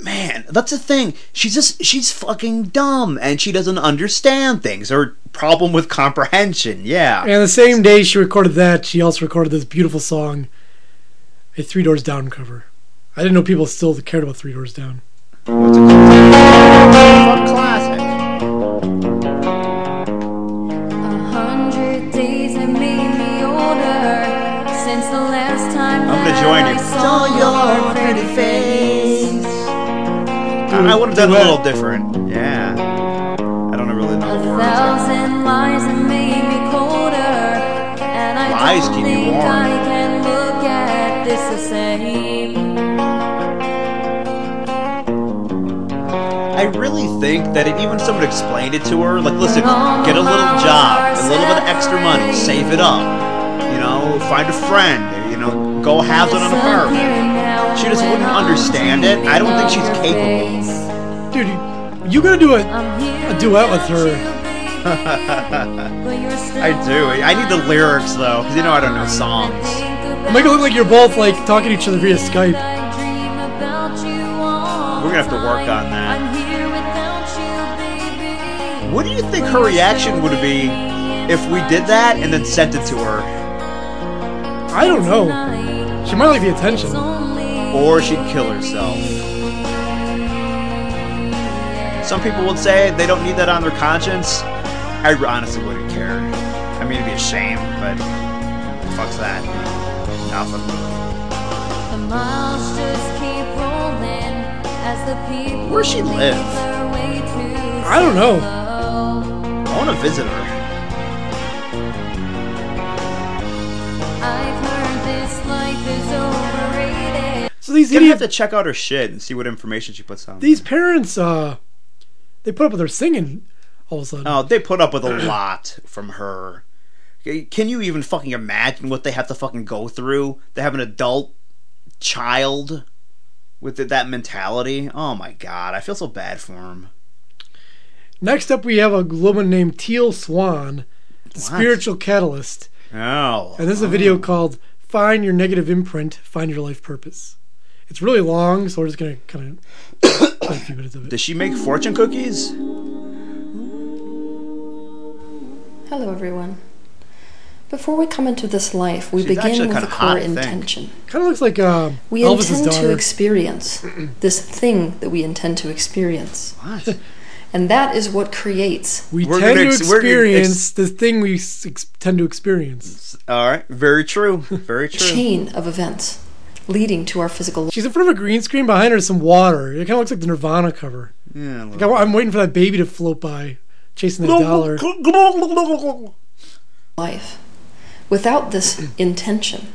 [SPEAKER 3] Man, that's the thing. She's just she's fucking dumb, and she doesn't understand things. Her problem with comprehension. Yeah.
[SPEAKER 4] And the same day she recorded that, she also recorded this beautiful song, a Three Doors Down cover. I didn't know people still cared about Three Doors Down.
[SPEAKER 3] Classic.
[SPEAKER 9] hundred days have made me older since the last time
[SPEAKER 3] I'm gonna
[SPEAKER 9] that
[SPEAKER 3] join you.
[SPEAKER 9] I saw your pretty face.
[SPEAKER 3] I would have done a little different. Yeah. I don't really know
[SPEAKER 9] A
[SPEAKER 3] the words.
[SPEAKER 9] thousand lies have made me colder, and I
[SPEAKER 3] Lies
[SPEAKER 9] don't
[SPEAKER 3] keep you
[SPEAKER 9] think I
[SPEAKER 3] warm.
[SPEAKER 9] can look at this the same.
[SPEAKER 3] I really think that if even someone explained it to her, like, listen,
[SPEAKER 9] All
[SPEAKER 3] get a little
[SPEAKER 9] of
[SPEAKER 3] job,
[SPEAKER 9] our
[SPEAKER 3] a little bit of extra money,
[SPEAKER 9] separate.
[SPEAKER 3] save it up, you know, find a friend, you know, go have on an apartment. She just wouldn't understand it. I don't think she's capable.
[SPEAKER 4] Dude, you, you gotta do it.
[SPEAKER 9] A
[SPEAKER 4] duet with her.
[SPEAKER 3] I do. I need the lyrics though, because you know I don't know songs.
[SPEAKER 4] Make it look like you're both like talking to each other via Skype.
[SPEAKER 3] We're
[SPEAKER 9] We're
[SPEAKER 3] gonna have to work on that.
[SPEAKER 9] I'm here without you, baby.
[SPEAKER 3] What do you think her reaction would be if we did that and then sent it to her,
[SPEAKER 4] I don't know. She might like the attention.
[SPEAKER 3] or she'd kill herself? Some people would say they don't need that on their conscience. I honestly wouldn't care. I mean, it'd be a shame, but fuck that. Nothing.
[SPEAKER 9] The miles just keep rolling as the people
[SPEAKER 3] Where she
[SPEAKER 9] make
[SPEAKER 3] live?
[SPEAKER 9] their way to
[SPEAKER 4] I don't know.
[SPEAKER 9] Soho.
[SPEAKER 3] I want to visit her.
[SPEAKER 9] I've heard this life is overrated.
[SPEAKER 4] So these
[SPEAKER 3] Gonna have
[SPEAKER 4] idiots,
[SPEAKER 3] to check out her shit and see what information she puts on.
[SPEAKER 4] these parents, uh, they put up with her singing all of a sudden.
[SPEAKER 3] Oh, they put up with a lot from her. Can you even fucking imagine what they have to fucking go through? They have an adult child with that mentality. Oh my god, I feel so bad for him.
[SPEAKER 4] Next up, we have a woman named Teal Swan, the spiritual catalyst,
[SPEAKER 3] Oh,
[SPEAKER 4] and this is a video called "Find Your Negative Imprint, Find Your Life Purpose." It's really long, so we're just gonna kind of play a few minutes of it.
[SPEAKER 3] does she make fortune cookies?
[SPEAKER 10] Hello, everyone. Before we come into this life, we
[SPEAKER 3] She's actually
[SPEAKER 10] begin with
[SPEAKER 3] kinda
[SPEAKER 10] a
[SPEAKER 3] hot,
[SPEAKER 10] core
[SPEAKER 3] I think.
[SPEAKER 10] intention.
[SPEAKER 4] Kind of looks like uh,
[SPEAKER 10] We
[SPEAKER 4] Elvis's
[SPEAKER 10] intend to
[SPEAKER 4] daughter.
[SPEAKER 10] experience this thing that we intend to experience.
[SPEAKER 3] What?
[SPEAKER 10] And that is what creates.
[SPEAKER 4] we
[SPEAKER 3] We're
[SPEAKER 4] tend
[SPEAKER 3] gonna
[SPEAKER 4] to
[SPEAKER 3] ex- we're gonna
[SPEAKER 4] experience the thing we s- ex- tend to experience.
[SPEAKER 3] All right, very true, very true.
[SPEAKER 10] Chain of events leading to our physical
[SPEAKER 4] She's in front of a green screen. Behind her is some water. It kind of looks like the Nirvana cover.
[SPEAKER 3] Yeah,
[SPEAKER 4] Like, I- I'm waiting for that baby to float by, chasing that dollar.
[SPEAKER 10] life. Without this intention,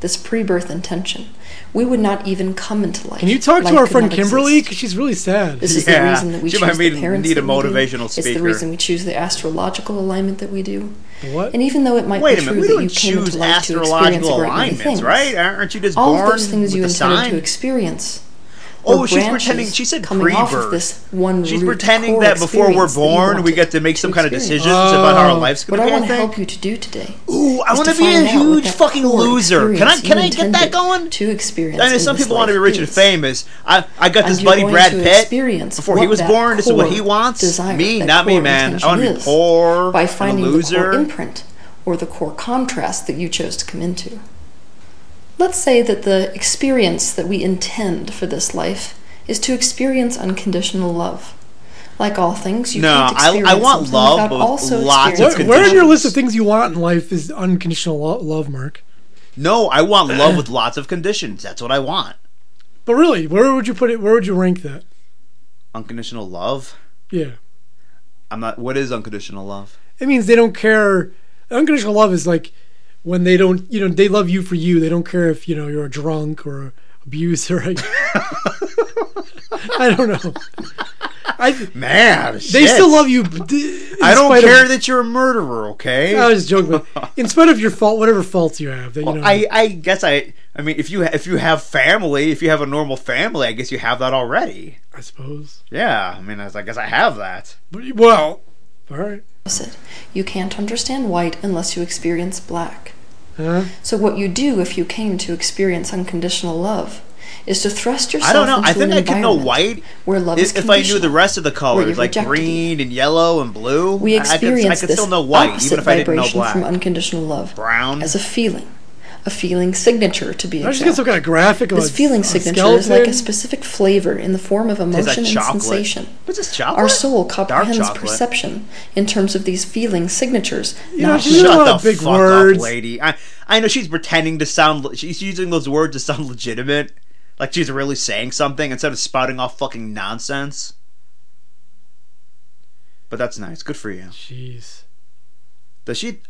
[SPEAKER 10] this pre birth intention, we would not even come into life.
[SPEAKER 4] Can you talk
[SPEAKER 10] life
[SPEAKER 4] to our
[SPEAKER 10] could
[SPEAKER 4] friend
[SPEAKER 10] not
[SPEAKER 4] Kimberly?
[SPEAKER 10] exist.
[SPEAKER 4] Because she's really sad.
[SPEAKER 10] This is
[SPEAKER 3] Yeah,
[SPEAKER 10] the reason that we
[SPEAKER 3] she
[SPEAKER 10] choose
[SPEAKER 3] might
[SPEAKER 10] the
[SPEAKER 3] be-
[SPEAKER 10] parents
[SPEAKER 3] need a
[SPEAKER 10] that we do.
[SPEAKER 3] motivational
[SPEAKER 10] It's
[SPEAKER 3] speaker.
[SPEAKER 10] the reason we choose the astrological alignment that we do.
[SPEAKER 4] What?
[SPEAKER 10] And even though it might
[SPEAKER 3] Wait
[SPEAKER 10] be
[SPEAKER 3] a
[SPEAKER 10] true
[SPEAKER 3] minute, we
[SPEAKER 10] that you
[SPEAKER 3] don't
[SPEAKER 10] came
[SPEAKER 3] choose
[SPEAKER 10] into life to experience a
[SPEAKER 3] astrological
[SPEAKER 10] great many
[SPEAKER 3] alignments,
[SPEAKER 10] things,
[SPEAKER 3] right? Aren't you just
[SPEAKER 10] All
[SPEAKER 3] born
[SPEAKER 10] of those things
[SPEAKER 3] with
[SPEAKER 10] you
[SPEAKER 3] the
[SPEAKER 10] intended
[SPEAKER 3] sign?
[SPEAKER 10] to experience
[SPEAKER 3] Oh, she's
[SPEAKER 10] branches
[SPEAKER 3] pretending. She said
[SPEAKER 10] coming off of
[SPEAKER 3] pre-birth.
[SPEAKER 10] this one
[SPEAKER 3] She's
[SPEAKER 10] root
[SPEAKER 3] pretending
[SPEAKER 10] core
[SPEAKER 3] that before we're
[SPEAKER 10] experience that you
[SPEAKER 3] born,
[SPEAKER 10] want
[SPEAKER 3] we
[SPEAKER 10] to
[SPEAKER 3] get to make some kind of
[SPEAKER 10] experience.
[SPEAKER 3] decisions about how our life's
[SPEAKER 10] What
[SPEAKER 3] going to
[SPEAKER 10] I
[SPEAKER 3] be. I
[SPEAKER 10] want to
[SPEAKER 3] think.
[SPEAKER 10] help you to do today.
[SPEAKER 3] Ooh, I
[SPEAKER 10] is
[SPEAKER 3] wanna
[SPEAKER 10] to
[SPEAKER 3] be a
[SPEAKER 10] find out what
[SPEAKER 3] huge
[SPEAKER 10] that
[SPEAKER 3] fucking
[SPEAKER 10] core
[SPEAKER 3] loser. Can I-
[SPEAKER 10] experience
[SPEAKER 3] can
[SPEAKER 10] you
[SPEAKER 3] I get that
[SPEAKER 10] intended
[SPEAKER 3] going?
[SPEAKER 10] To experience.
[SPEAKER 3] I know
[SPEAKER 10] in
[SPEAKER 3] some
[SPEAKER 10] this
[SPEAKER 3] people want to
[SPEAKER 10] life
[SPEAKER 3] be rich and
[SPEAKER 10] is.
[SPEAKER 3] famous. I I got
[SPEAKER 10] And
[SPEAKER 3] this
[SPEAKER 10] you're
[SPEAKER 3] buddy
[SPEAKER 10] going
[SPEAKER 3] Brad
[SPEAKER 10] to
[SPEAKER 3] Pitt
[SPEAKER 10] experience
[SPEAKER 3] before
[SPEAKER 10] what
[SPEAKER 3] he was
[SPEAKER 10] that
[SPEAKER 3] born. This is what he
[SPEAKER 10] core
[SPEAKER 3] wants.
[SPEAKER 10] desire,
[SPEAKER 3] me,
[SPEAKER 10] that
[SPEAKER 3] not me,
[SPEAKER 10] core
[SPEAKER 3] man. I want to be
[SPEAKER 10] intention is,
[SPEAKER 3] poor
[SPEAKER 10] by
[SPEAKER 3] and a
[SPEAKER 10] finding the
[SPEAKER 3] loser.
[SPEAKER 10] core imprint or the core contrast that you chose to come into. Let's say that the experience that we intend for this life is to experience unconditional love. Like all things, you
[SPEAKER 3] No,
[SPEAKER 10] can't
[SPEAKER 3] I- I
[SPEAKER 10] experience
[SPEAKER 3] want
[SPEAKER 10] something
[SPEAKER 3] love,
[SPEAKER 10] without
[SPEAKER 3] but with
[SPEAKER 10] also
[SPEAKER 3] lots of
[SPEAKER 10] experiencing
[SPEAKER 4] Where in your
[SPEAKER 10] love.
[SPEAKER 4] list of things you want in life is unconditional lo- love, Mark?
[SPEAKER 3] No, I want love with lots of conditions. That's what I want.
[SPEAKER 4] But really, where would you put it? Where would you rank that?
[SPEAKER 3] Unconditional love.
[SPEAKER 4] Yeah,
[SPEAKER 3] I'm not. What is unconditional love?
[SPEAKER 4] it means they don't care. Unconditional love is like when they don't, you know, they love you for you. They don't care if you know you're a drunk or a abuser. I, I don't know. I
[SPEAKER 3] Man,
[SPEAKER 4] they
[SPEAKER 3] shit.
[SPEAKER 4] still love you. d- in
[SPEAKER 3] I don't
[SPEAKER 4] spite of-
[SPEAKER 3] care that you're a murderer. Okay.
[SPEAKER 4] I was joking. But in spite of your fault, whatever faults you have, that you know,
[SPEAKER 3] I, I guess I I mean if you if you have family if you have a normal family I guess you have that already
[SPEAKER 4] I suppose.
[SPEAKER 3] yeah I mean I, I guess I have that
[SPEAKER 4] But- Well, all right.
[SPEAKER 10] opposite. You can't understand white unless you experience black.
[SPEAKER 4] Huh?
[SPEAKER 10] So, what you do if you came to experience unconditional love is to thrust yourself
[SPEAKER 3] I don't know
[SPEAKER 10] into
[SPEAKER 3] I think
[SPEAKER 10] an
[SPEAKER 3] I could know
[SPEAKER 10] environment
[SPEAKER 3] white
[SPEAKER 10] where love is
[SPEAKER 3] if, if I knew the
[SPEAKER 10] conditional.
[SPEAKER 3] rest of the
[SPEAKER 10] you're
[SPEAKER 3] colors like
[SPEAKER 10] rejected.
[SPEAKER 3] green and yellow and blue
[SPEAKER 10] We
[SPEAKER 3] I-
[SPEAKER 10] experience
[SPEAKER 3] I could, I could
[SPEAKER 10] this
[SPEAKER 3] still know white
[SPEAKER 10] opposite
[SPEAKER 3] even if I didn't know
[SPEAKER 10] vibration
[SPEAKER 3] black
[SPEAKER 10] from unconditional love
[SPEAKER 3] brown
[SPEAKER 10] as a feeling, a feeling signature to be
[SPEAKER 4] I should get
[SPEAKER 10] exact.
[SPEAKER 4] some kind of graphic.
[SPEAKER 10] This
[SPEAKER 4] like,
[SPEAKER 10] feeling
[SPEAKER 4] a
[SPEAKER 10] signature is like a
[SPEAKER 4] skeleton.
[SPEAKER 10] specific flavor in the form of
[SPEAKER 3] Tastes like
[SPEAKER 10] emotion and
[SPEAKER 3] chocolate.
[SPEAKER 10] sensation.
[SPEAKER 3] what's this chocolate
[SPEAKER 10] Our soul comprehends
[SPEAKER 3] chocolate.
[SPEAKER 10] perception in terms of these feeling signatures,
[SPEAKER 4] know,
[SPEAKER 10] not
[SPEAKER 4] she's a
[SPEAKER 10] meaning.
[SPEAKER 4] lot
[SPEAKER 3] Shut
[SPEAKER 4] of
[SPEAKER 3] the
[SPEAKER 4] big
[SPEAKER 3] fuck
[SPEAKER 4] words.
[SPEAKER 3] up, lady. I, I know she's pretending to sound. le- She's using those words to sound legitimate, like she's really saying something instead of spouting off fucking nonsense. But that's nice. Good for you.
[SPEAKER 4] Jeez.
[SPEAKER 3] Does she?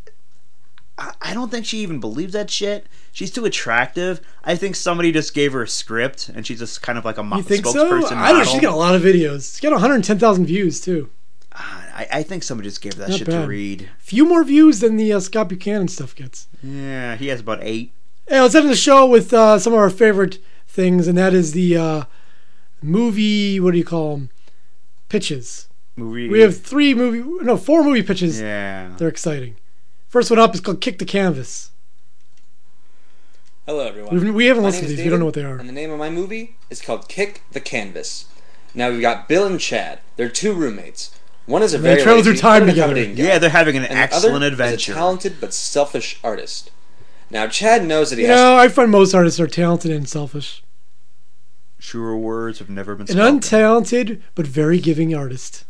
[SPEAKER 3] I, I don't think she even believes that shit. She's too attractive. I think somebody just gave her a script, and she's just kind of like a mo-
[SPEAKER 4] You think so?
[SPEAKER 3] spokesperson.
[SPEAKER 4] I don't know.
[SPEAKER 3] model.
[SPEAKER 4] She's got a lot of videos. She's got 110,000 views too.
[SPEAKER 3] Ah, I, I think somebody just gave her that
[SPEAKER 4] Not
[SPEAKER 3] shit to
[SPEAKER 4] bad.
[SPEAKER 3] read.
[SPEAKER 4] Few more views than the uh, Scott Buchanan stuff gets.
[SPEAKER 3] Yeah, he has about eight.
[SPEAKER 4] Hey, let's end the show with uh, some of our favorite things, and that is the uh, movie. What do you call them? Pitches.
[SPEAKER 3] Movie.
[SPEAKER 4] We have three movie, no, four movie pitches.
[SPEAKER 3] Yeah.
[SPEAKER 4] They're exciting. First one up is called "Kick the Canvas."
[SPEAKER 11] Hello, everyone.
[SPEAKER 4] We've- we haven't
[SPEAKER 11] My
[SPEAKER 4] listened
[SPEAKER 11] name
[SPEAKER 4] to
[SPEAKER 11] is
[SPEAKER 4] these. We don't know
[SPEAKER 11] David,
[SPEAKER 4] what they are.
[SPEAKER 11] And the name of my movie is called Kick the Canvas. Now we've got Bill and Chad. They're two roommates. One is a
[SPEAKER 4] They
[SPEAKER 11] very
[SPEAKER 4] travel through
[SPEAKER 11] lazy,
[SPEAKER 4] time
[SPEAKER 11] but
[SPEAKER 4] together.
[SPEAKER 11] accommodating guy,
[SPEAKER 3] Yeah, they're having an
[SPEAKER 11] and the
[SPEAKER 3] excellent
[SPEAKER 11] other is
[SPEAKER 3] adventure.
[SPEAKER 11] a talented but selfish artist. Now Chad knows that he
[SPEAKER 4] You
[SPEAKER 11] has
[SPEAKER 4] know, I find most artists are talented and selfish.
[SPEAKER 3] Truer words have never been
[SPEAKER 4] An
[SPEAKER 3] spoken.
[SPEAKER 4] untalented but very giving artist.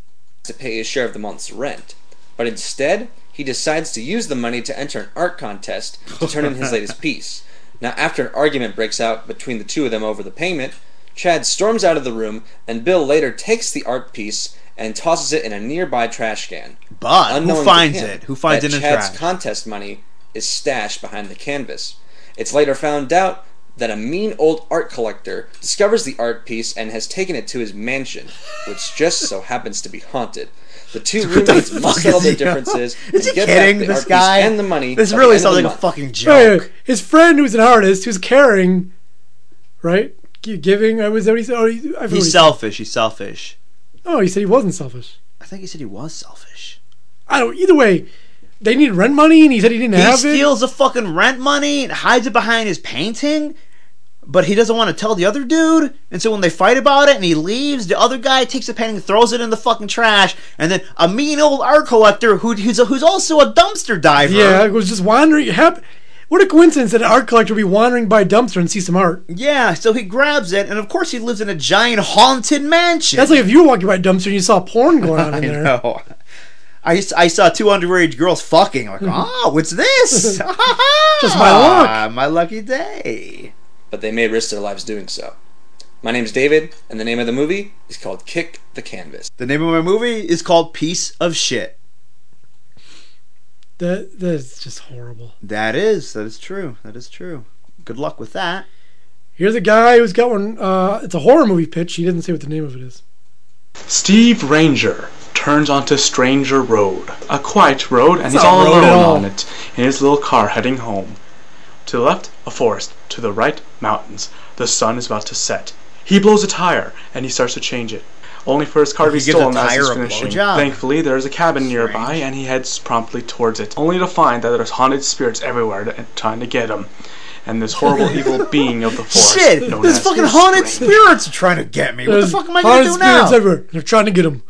[SPEAKER 11] to pay his share of the month's rent, but instead he decides to use the money to enter an art contest to turn in his latest piece. Now, after an argument breaks out between the two of them over the payment, Chad storms out of the room, and Bill later takes the art piece and tosses it in a nearby trash can.
[SPEAKER 3] But
[SPEAKER 11] unknowing
[SPEAKER 3] who
[SPEAKER 11] to
[SPEAKER 3] finds
[SPEAKER 11] him
[SPEAKER 3] it? Who finds
[SPEAKER 11] that
[SPEAKER 3] it in the
[SPEAKER 11] Chad's
[SPEAKER 3] trash?
[SPEAKER 11] contest money is stashed behind the canvas. It's later found out that a mean old art collector discovers the art piece and has taken it to his mansion, which just so happens to be haunted. The two roommates must settle their differences
[SPEAKER 3] Is he
[SPEAKER 11] and get
[SPEAKER 3] kidding?
[SPEAKER 11] back the
[SPEAKER 3] This
[SPEAKER 11] art
[SPEAKER 3] guy.
[SPEAKER 11] piece and the money.
[SPEAKER 3] This
[SPEAKER 11] by the
[SPEAKER 3] really
[SPEAKER 11] end of
[SPEAKER 3] sounds
[SPEAKER 11] the
[SPEAKER 3] like a
[SPEAKER 11] month.
[SPEAKER 3] fucking
[SPEAKER 4] Hey,
[SPEAKER 3] joke.
[SPEAKER 4] his friend who's an artist who's caring, right? G- giving. I was that what he said. Oh, he, I forgot what he
[SPEAKER 3] He's
[SPEAKER 4] said.
[SPEAKER 3] selfish. He's selfish.
[SPEAKER 4] Oh, he said he wasn't selfish.
[SPEAKER 3] I think he said he was selfish.
[SPEAKER 4] I don't. Either way, they need rent money, and he said he didn't
[SPEAKER 3] He
[SPEAKER 4] have it.
[SPEAKER 3] steals the fucking rent money and hides it behind his painting, but he doesn't want to tell the other dude. And so when they fight about it and he leaves, the other guy takes the painting, throws it in the fucking trash, and then a mean old art collector who, who's, who's also a dumpster diver.
[SPEAKER 4] Yeah, it was just wandering. Hap- what a coincidence that an art collector would be wandering by a dumpster and see some art.
[SPEAKER 3] Yeah, so he grabs it, and of course he lives in a giant haunted mansion.
[SPEAKER 4] That's like if you were walking by a dumpster and you saw porn going on in
[SPEAKER 3] I
[SPEAKER 4] there.
[SPEAKER 3] know. I, s- I saw two underage girls fucking. I'm like, oh, what's this? Just
[SPEAKER 4] Mm-hmm. my luck.
[SPEAKER 3] Ah, My lucky day.
[SPEAKER 11] But they may risk their lives doing so. My name's David, and the name of the movie is called Kick the Canvas.
[SPEAKER 3] The name of my movie is called Piece of Shit.
[SPEAKER 4] That that's just horrible.
[SPEAKER 3] That is, that is true. That is true. Good luck with that.
[SPEAKER 4] Here's a guy who's got one. Uh, it's a horror movie pitch. He doesn't say what the name of it is.
[SPEAKER 12] Steve Ranger turns onto Stranger Road, a quiet road, and
[SPEAKER 4] It's
[SPEAKER 12] he's
[SPEAKER 4] not
[SPEAKER 12] all
[SPEAKER 4] a road
[SPEAKER 12] alone
[SPEAKER 4] at all.
[SPEAKER 12] on it in his little car heading home. To the left, a forest. To the right, mountains. The sun is about to set. He blows a tire and he starts to change it, only for his car to be
[SPEAKER 3] He gives a
[SPEAKER 12] stolen as he's
[SPEAKER 3] tire a
[SPEAKER 12] finishing.
[SPEAKER 3] blowjob.
[SPEAKER 12] Thankfully, there is a cabin nearby and he heads promptly towards it, only to find that there's haunted spirits everywhere to, trying to get him. And this horrible evil being of the forest.
[SPEAKER 3] Shit!
[SPEAKER 12] known
[SPEAKER 3] There's
[SPEAKER 12] as
[SPEAKER 3] fucking
[SPEAKER 12] the
[SPEAKER 3] haunted spirits are trying to get me. What the
[SPEAKER 4] There's
[SPEAKER 3] fuck am I gonna
[SPEAKER 4] haunted
[SPEAKER 3] do
[SPEAKER 4] spirits
[SPEAKER 3] now?
[SPEAKER 4] everywhere. They're trying to get him.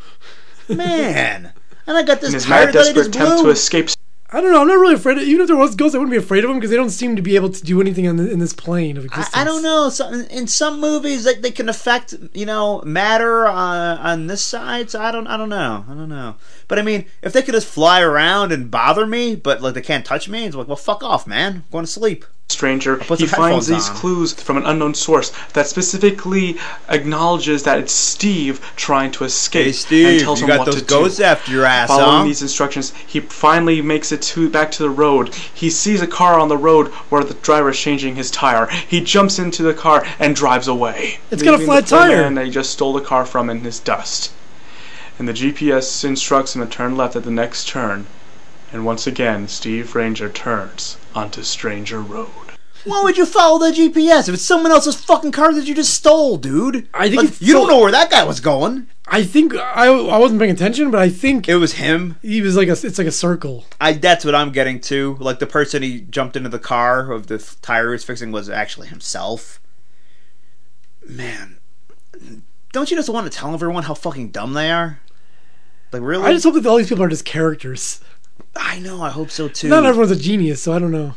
[SPEAKER 3] Man. And I got this
[SPEAKER 12] In his
[SPEAKER 3] tire
[SPEAKER 12] mad,
[SPEAKER 3] that I
[SPEAKER 12] desperate
[SPEAKER 3] just
[SPEAKER 12] attempt
[SPEAKER 3] blew.
[SPEAKER 12] to escape
[SPEAKER 4] I don't know. I'm not really afraid. Of, even if there was ghosts, I wouldn't be afraid of them because they don't seem to be able to do anything on the, in this plane of existence.
[SPEAKER 3] I don't know. So in- in some movies, like they can affect you know matter on on this side. So I don't I don't know. I don't know. But I mean, if they could just fly around and bother me, but like they can't touch me, it's like well, fuck off, man. I'm going to sleep.
[SPEAKER 12] stranger,
[SPEAKER 3] put
[SPEAKER 12] he
[SPEAKER 3] some
[SPEAKER 12] finds
[SPEAKER 3] headphones
[SPEAKER 12] these
[SPEAKER 3] on.
[SPEAKER 12] clues from an unknown source that specifically acknowledges that it's Steve trying to escape and tells him what to do.
[SPEAKER 3] after your ass,
[SPEAKER 12] Following these instructions, he finally makes it to back to the road. He sees a car on the road where the driver is changing his tire. He jumps into the car and drives away.
[SPEAKER 4] It's got a
[SPEAKER 12] leaving
[SPEAKER 4] flat
[SPEAKER 12] the poor
[SPEAKER 4] tire.
[SPEAKER 12] Man that he just stole the car from in his dust. And the GPS instructs him to turn left at the next turn. And once again, Steve Ranger turns onto Stranger Road.
[SPEAKER 3] Why would you follow the GPS if it's someone else's fucking car that you just stole, dude?
[SPEAKER 4] I think
[SPEAKER 3] Like,
[SPEAKER 4] it's
[SPEAKER 3] you don't
[SPEAKER 4] so-
[SPEAKER 3] know where that guy was going.
[SPEAKER 4] I think I, I wasn't paying attention, but I think
[SPEAKER 3] it was him.
[SPEAKER 4] He was like a it's like a circle.
[SPEAKER 3] I that's what I'm getting to. Like the person he jumped into the car of the f- tire he was fixing was actually himself. Man, don't you just want to tell everyone how fucking dumb they are? Like really?
[SPEAKER 4] I just hope that all these people are just characters.
[SPEAKER 3] I know. I hope so too.
[SPEAKER 4] Not everyone's a genius, so I don't know.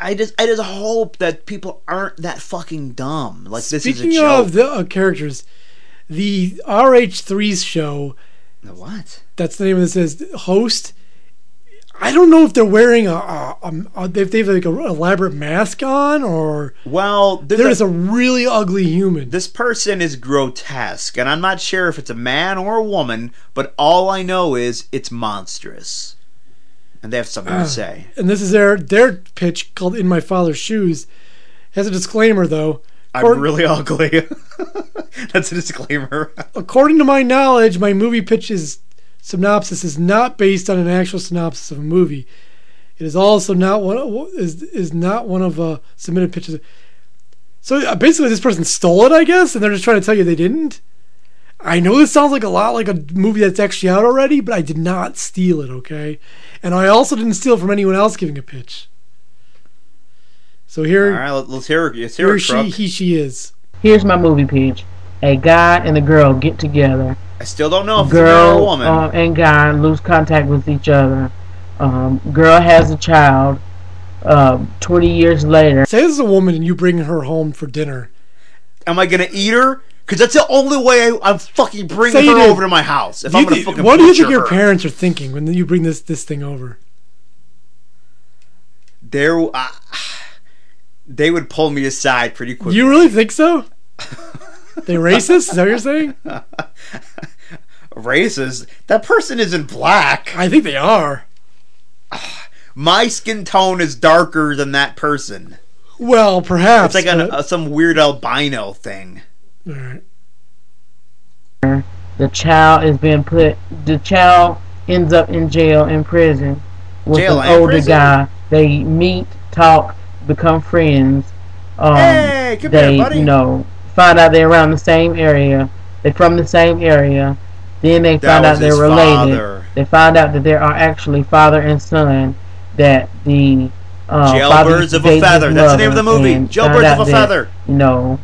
[SPEAKER 3] I just I just hope that people aren't that fucking dumb. Like this
[SPEAKER 4] Speaking
[SPEAKER 3] is a joke.
[SPEAKER 4] of the uh, characters, the RH3's show.
[SPEAKER 3] what?
[SPEAKER 4] That's the name of this is host. I don't know if they're wearing a, a, a, a if they have like an elaborate mask on or
[SPEAKER 3] well,
[SPEAKER 4] they're just a really ugly human.
[SPEAKER 3] This person is grotesque, and I'm not sure if it's a man or a woman, but all I know is it's monstrous. And they have something to say.
[SPEAKER 4] and this is their their pitch called "In My Father's Shoes." Has a disclaimer though.
[SPEAKER 3] I'm
[SPEAKER 4] Or-
[SPEAKER 3] really ugly. That's a disclaimer.
[SPEAKER 4] According to my knowledge, my movie pitch's synopsis is not based on an actual synopsis of a movie. It is also not one is is not one of uh, submitted pitches. So uh, basically, this person stole it, I guess, and they're just trying to tell you they didn't. I know this sounds like a lot like a movie that's actually out already, but I did not steal it, okay? And I also didn't steal from anyone else giving a pitch. So
[SPEAKER 3] All
[SPEAKER 4] here,
[SPEAKER 3] right, let- let's hear it. Let's hear
[SPEAKER 4] here
[SPEAKER 3] it,
[SPEAKER 4] she,
[SPEAKER 3] Truck.
[SPEAKER 4] he, she is.
[SPEAKER 13] Here's my movie pitch. A guy and a girl get together.
[SPEAKER 3] I still don't know if it's a man or a
[SPEAKER 13] Girl
[SPEAKER 3] woman.
[SPEAKER 13] um, and guy lose contact with each other. Um, girl has a child. Um, 20 years later.
[SPEAKER 4] Say this is a woman and you bring her home for dinner.
[SPEAKER 3] Am I gonna eat her? Because that's the only way I, I'm fucking bringing
[SPEAKER 4] Say you
[SPEAKER 3] her
[SPEAKER 4] did.
[SPEAKER 3] over to my house. If
[SPEAKER 4] Do
[SPEAKER 3] I'm
[SPEAKER 4] you
[SPEAKER 3] gonna
[SPEAKER 4] thi-
[SPEAKER 3] fucking
[SPEAKER 4] what do you
[SPEAKER 3] butcher
[SPEAKER 4] think your
[SPEAKER 3] her.
[SPEAKER 4] parents are thinking when you bring this this thing over?
[SPEAKER 3] There, uh, they would pull me aside pretty quickly.
[SPEAKER 4] You really think so? they racist? Is that what you're saying?
[SPEAKER 3] Racist? That person isn't black.
[SPEAKER 4] I think they are.
[SPEAKER 3] My skin tone is darker than that person.
[SPEAKER 4] Well, perhaps.
[SPEAKER 3] it's like an,
[SPEAKER 4] but-
[SPEAKER 3] uh, some weird albino thing.
[SPEAKER 4] All right.
[SPEAKER 13] The child is being put. The child ends up in jail in prison with
[SPEAKER 3] Jail
[SPEAKER 13] an
[SPEAKER 3] and
[SPEAKER 13] older
[SPEAKER 3] prison?
[SPEAKER 13] guy. They meet, talk, become friends. Um,
[SPEAKER 3] Hey, come here,
[SPEAKER 13] they
[SPEAKER 3] buddy.
[SPEAKER 13] you know find out they're around the same area. They're from the same area. Then they
[SPEAKER 3] That
[SPEAKER 13] find out
[SPEAKER 3] was
[SPEAKER 13] they're
[SPEAKER 3] his
[SPEAKER 13] related.
[SPEAKER 3] father.
[SPEAKER 13] They find out that they are actually father and son. That the uh, father
[SPEAKER 3] Jailbirds
[SPEAKER 13] used to
[SPEAKER 3] of a
[SPEAKER 13] date his
[SPEAKER 3] Feather. That's the name of the
[SPEAKER 13] mother
[SPEAKER 3] movie.
[SPEAKER 13] and
[SPEAKER 3] Jailbirds
[SPEAKER 13] found
[SPEAKER 3] of
[SPEAKER 13] out
[SPEAKER 3] a
[SPEAKER 13] that,
[SPEAKER 3] Feather.
[SPEAKER 13] You know,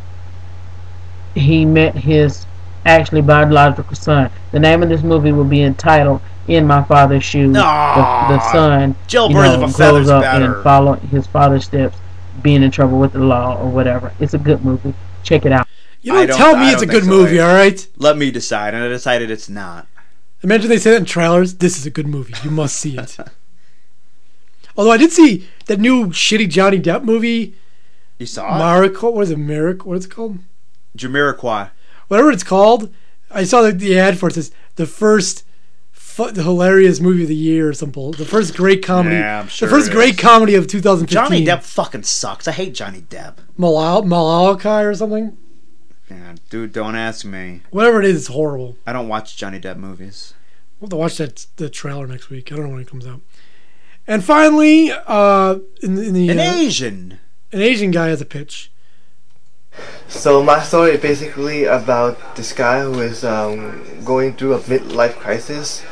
[SPEAKER 13] he met his actually biological son. The name of this movie will be entitled "In My Father's Shoes." The, the son,
[SPEAKER 3] Jailbirds
[SPEAKER 13] you know,
[SPEAKER 3] of a
[SPEAKER 13] grows
[SPEAKER 3] Feather's
[SPEAKER 13] up
[SPEAKER 3] better.
[SPEAKER 13] and follow his father's steps, being in trouble with the law or whatever. It's a good movie. Check it out.
[SPEAKER 4] You don't, tell me it's a good movie, all right?
[SPEAKER 3] Let me decide, and I decided it's not.
[SPEAKER 4] Imagine they say that in trailers. This is a good movie. You must see it. Although I did see that new shitty Johnny Depp movie,
[SPEAKER 3] You saw it?
[SPEAKER 4] Miracle. What is it? Miracle. What is it called?
[SPEAKER 3] Jamiroquai.
[SPEAKER 4] whatever it's called. I saw the, the ad for it. it says the first fu- the hilarious movie of the year or some bull. The first great comedy.
[SPEAKER 3] Yeah, I'm sure
[SPEAKER 4] the first
[SPEAKER 3] it
[SPEAKER 4] great
[SPEAKER 3] is.
[SPEAKER 4] comedy of 2015.
[SPEAKER 3] Johnny Depp fucking sucks. I hate Johnny Depp.
[SPEAKER 4] Malal- Malakai or something.
[SPEAKER 3] Yeah, dude, don't ask me.
[SPEAKER 4] Whatever it is, it's horrible.
[SPEAKER 3] I don't watch Johnny Depp movies.
[SPEAKER 4] We'll have to watch that the trailer next week. I don't know when it comes out. And finally, uh, in, the- in the
[SPEAKER 3] An
[SPEAKER 4] uh,
[SPEAKER 3] Asian.
[SPEAKER 4] an Asian guy has a pitch.
[SPEAKER 14] So my story is basically about this guy who is um, going through a midlife crisis.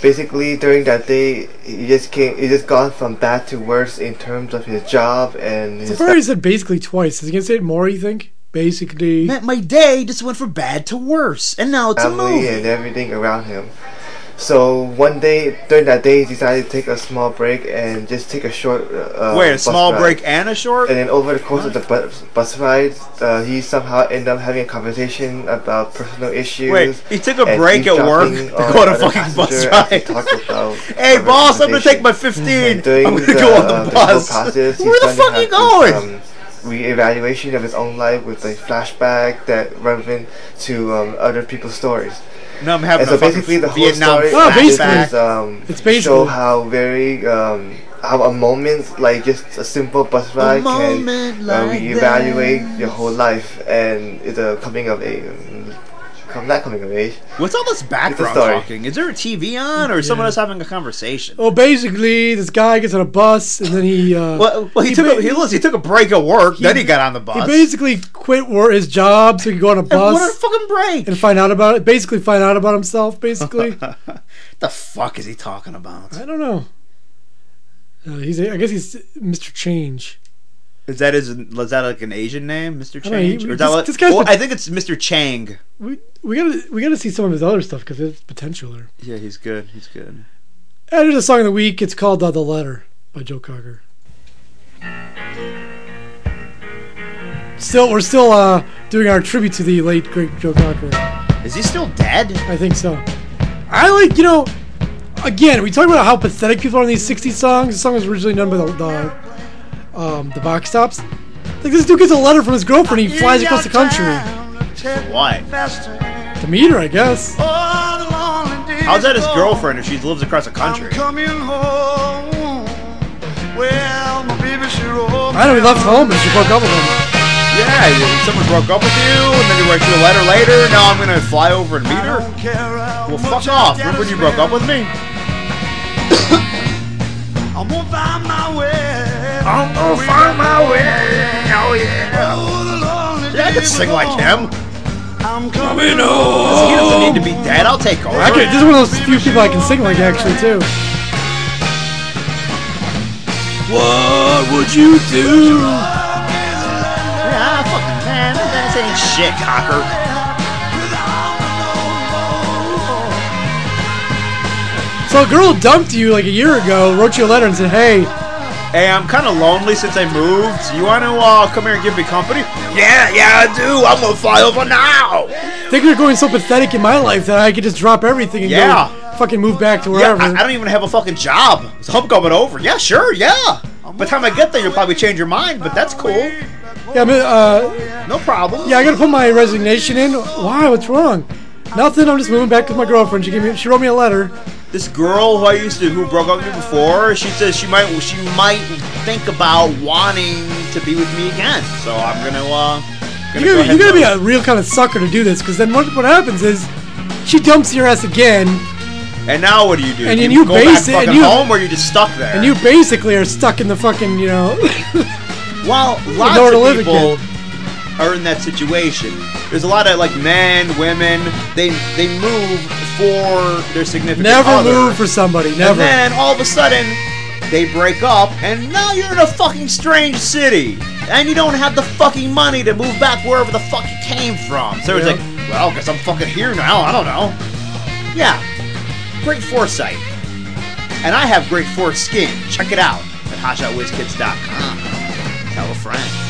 [SPEAKER 14] Basically, during that day, he just came. He just gone from bad to worse in terms of his job and
[SPEAKER 4] So
[SPEAKER 14] his.
[SPEAKER 4] far, he said basically twice. Is he gonna say it more? You think? Basically,
[SPEAKER 3] Man, my day just went from bad to worse, and now it's a
[SPEAKER 14] family
[SPEAKER 3] movie.
[SPEAKER 14] and everything around him. So one day during that day, he decided to take a small break and just take a short. Uh,
[SPEAKER 3] Wait, a
[SPEAKER 14] bus
[SPEAKER 3] small
[SPEAKER 14] ride.
[SPEAKER 3] break and a short?
[SPEAKER 14] And then over the course of the bus, bus ride, uh, he somehow ended up having a conversation about personal issues.
[SPEAKER 3] Wait, he took a
[SPEAKER 14] and
[SPEAKER 3] break at work
[SPEAKER 14] eavesdropping
[SPEAKER 3] to
[SPEAKER 14] on
[SPEAKER 3] go on a
[SPEAKER 14] other
[SPEAKER 3] fucking bus
[SPEAKER 14] passenger as he
[SPEAKER 3] ride.
[SPEAKER 14] talked about
[SPEAKER 3] Hey,
[SPEAKER 14] a
[SPEAKER 3] boss, I'm gonna take my
[SPEAKER 14] recommendation.
[SPEAKER 3] 15.
[SPEAKER 14] During
[SPEAKER 3] I'm gonna go on the
[SPEAKER 14] uh,
[SPEAKER 3] bus.
[SPEAKER 14] process,
[SPEAKER 3] Where the
[SPEAKER 14] he's
[SPEAKER 3] fuck
[SPEAKER 14] learning
[SPEAKER 3] you
[SPEAKER 14] how to,
[SPEAKER 3] going?
[SPEAKER 14] um, reevaluation of his own life with a flashback that relevant to um, other people's stories.
[SPEAKER 3] No, I'm having
[SPEAKER 14] and so
[SPEAKER 3] a fucking
[SPEAKER 14] basically the whole
[SPEAKER 3] Vietnam
[SPEAKER 14] story
[SPEAKER 3] flashback. Oh, basically.
[SPEAKER 14] is um,
[SPEAKER 3] It's basically-
[SPEAKER 14] show how very um, how a moment like just a simple bus ride can
[SPEAKER 3] moment
[SPEAKER 14] uh,
[SPEAKER 3] like
[SPEAKER 14] reevaluate your whole life and it's a coming of age. Come not coming of age.
[SPEAKER 3] What's all this background
[SPEAKER 14] story.
[SPEAKER 3] talking? Is there a TV on, or is someone
[SPEAKER 4] Yeah.
[SPEAKER 3] else having a conversation?
[SPEAKER 4] Well, basically, this guy gets on a bus and then he. Uh,
[SPEAKER 3] Well, well, he, took
[SPEAKER 4] ba-
[SPEAKER 3] a, he, listen, he took a break at work, then he got on the
[SPEAKER 4] He
[SPEAKER 3] bus.
[SPEAKER 4] basically quit wor his job so he could go on a bus.
[SPEAKER 3] what a fucking break!
[SPEAKER 4] And find out about it. Basically, find out about himself. Basically,
[SPEAKER 3] the fuck is he talking about?
[SPEAKER 4] I don't know. Uh, he's. I guess he's Mr. Change.
[SPEAKER 3] Is that his, is that like an Asian name, Mr.
[SPEAKER 4] I don't know,
[SPEAKER 3] Change?
[SPEAKER 4] he-
[SPEAKER 3] or is that
[SPEAKER 4] this-
[SPEAKER 3] what-
[SPEAKER 4] this guy's
[SPEAKER 3] well,
[SPEAKER 4] been-
[SPEAKER 3] I think it's Mr. Chang.
[SPEAKER 4] We we gotta we gotta see some of his other stuff because there's potential there.
[SPEAKER 3] Yeah, he's good. He's good.
[SPEAKER 4] And there's a song of the week. It's called uh, "The Letter" by Joe Cocker. Still, we're still uh, doing our tribute to the late great Joe Cocker.
[SPEAKER 3] Is he still dead?
[SPEAKER 4] I think so. I like you know. Again, we talk about how pathetic people are in these '60s songs. The song was originally done by the the, um, the Box Tops. Like this dude gets a letter from his girlfriend. He flies across the country
[SPEAKER 3] Why?
[SPEAKER 4] to meet her, I guess.
[SPEAKER 3] How's that his girlfriend if she lives across the country?
[SPEAKER 4] I know he left home and she broke up with him.
[SPEAKER 3] Yeah, you- someone broke up with you, and then you write you a letter later. Now I'm gonna fly over and meet her. Well, fuck off. Remember when you broke up with me?
[SPEAKER 15] I'm gonna find my way.
[SPEAKER 3] I'm gonna find my way. Oh yeah. Yeah, I could sing like him.
[SPEAKER 15] I'm coming.
[SPEAKER 3] He doesn't need to be dead. I'll take over.
[SPEAKER 4] I could, this is one of those few people I can sing like actually too.
[SPEAKER 15] What would you do?
[SPEAKER 3] Yeah, fucking man. That ain't shit, cocker.
[SPEAKER 4] So a girl dumped you like a year ago, wrote you a letter and said, "Hey,
[SPEAKER 3] Hey, I'm kind of lonely since I moved. You want to uh, come here and give me company? Yeah, yeah, I do. I'm gonna fly over now.
[SPEAKER 4] think you're going so pathetic in my life that I could just drop everything and
[SPEAKER 3] Yeah.
[SPEAKER 4] go fucking move back to
[SPEAKER 3] Yeah,
[SPEAKER 4] wherever."
[SPEAKER 3] I, I don't even have a fucking job. So I'm coming over. Yeah, sure, yeah. By the time I get there, you'll probably change your mind, but that's cool.
[SPEAKER 4] Yeah, I mean, uh,
[SPEAKER 3] no problem.
[SPEAKER 4] Yeah, I gotta put my resignation in. Why? What's wrong? Nothing. I'm just moving back with my girlfriend. She gave me. She wrote me a letter.
[SPEAKER 3] This girl who I used to, who broke up with me before, she says she might, she might think about wanting to be with me again. So I'm
[SPEAKER 4] You
[SPEAKER 3] gonna, uh, gonna go
[SPEAKER 4] gotta,
[SPEAKER 3] ahead
[SPEAKER 4] you gotta
[SPEAKER 3] and-
[SPEAKER 4] be a real kind of sucker to do this, because then what, what happens is, she dumps your ass again,
[SPEAKER 3] And now what do you do?
[SPEAKER 4] and
[SPEAKER 3] do
[SPEAKER 4] then
[SPEAKER 3] you
[SPEAKER 4] you
[SPEAKER 3] go
[SPEAKER 4] base it, and
[SPEAKER 3] back fucking
[SPEAKER 4] you-
[SPEAKER 3] home, or are you just stuck there?
[SPEAKER 4] and you basically are stuck in the fucking you know.
[SPEAKER 3] Well,
[SPEAKER 4] You
[SPEAKER 3] lots
[SPEAKER 4] know where to live
[SPEAKER 3] of people are in that situation. There's a lot of like men, women. They they move for their significant
[SPEAKER 4] never
[SPEAKER 3] other.
[SPEAKER 4] move for somebody.
[SPEAKER 3] And
[SPEAKER 4] Never.
[SPEAKER 3] then all of a sudden, they break up, and now you're in a fucking strange city, and you don't have the fucking money to move back wherever the fuck you came from. So it's
[SPEAKER 4] Yeah.
[SPEAKER 3] like, well, guess I'm fucking here now. I don't know. Yeah, great foresight, and I have great foreskin. Check it out at hotshotwizkids.com. Tell a friend.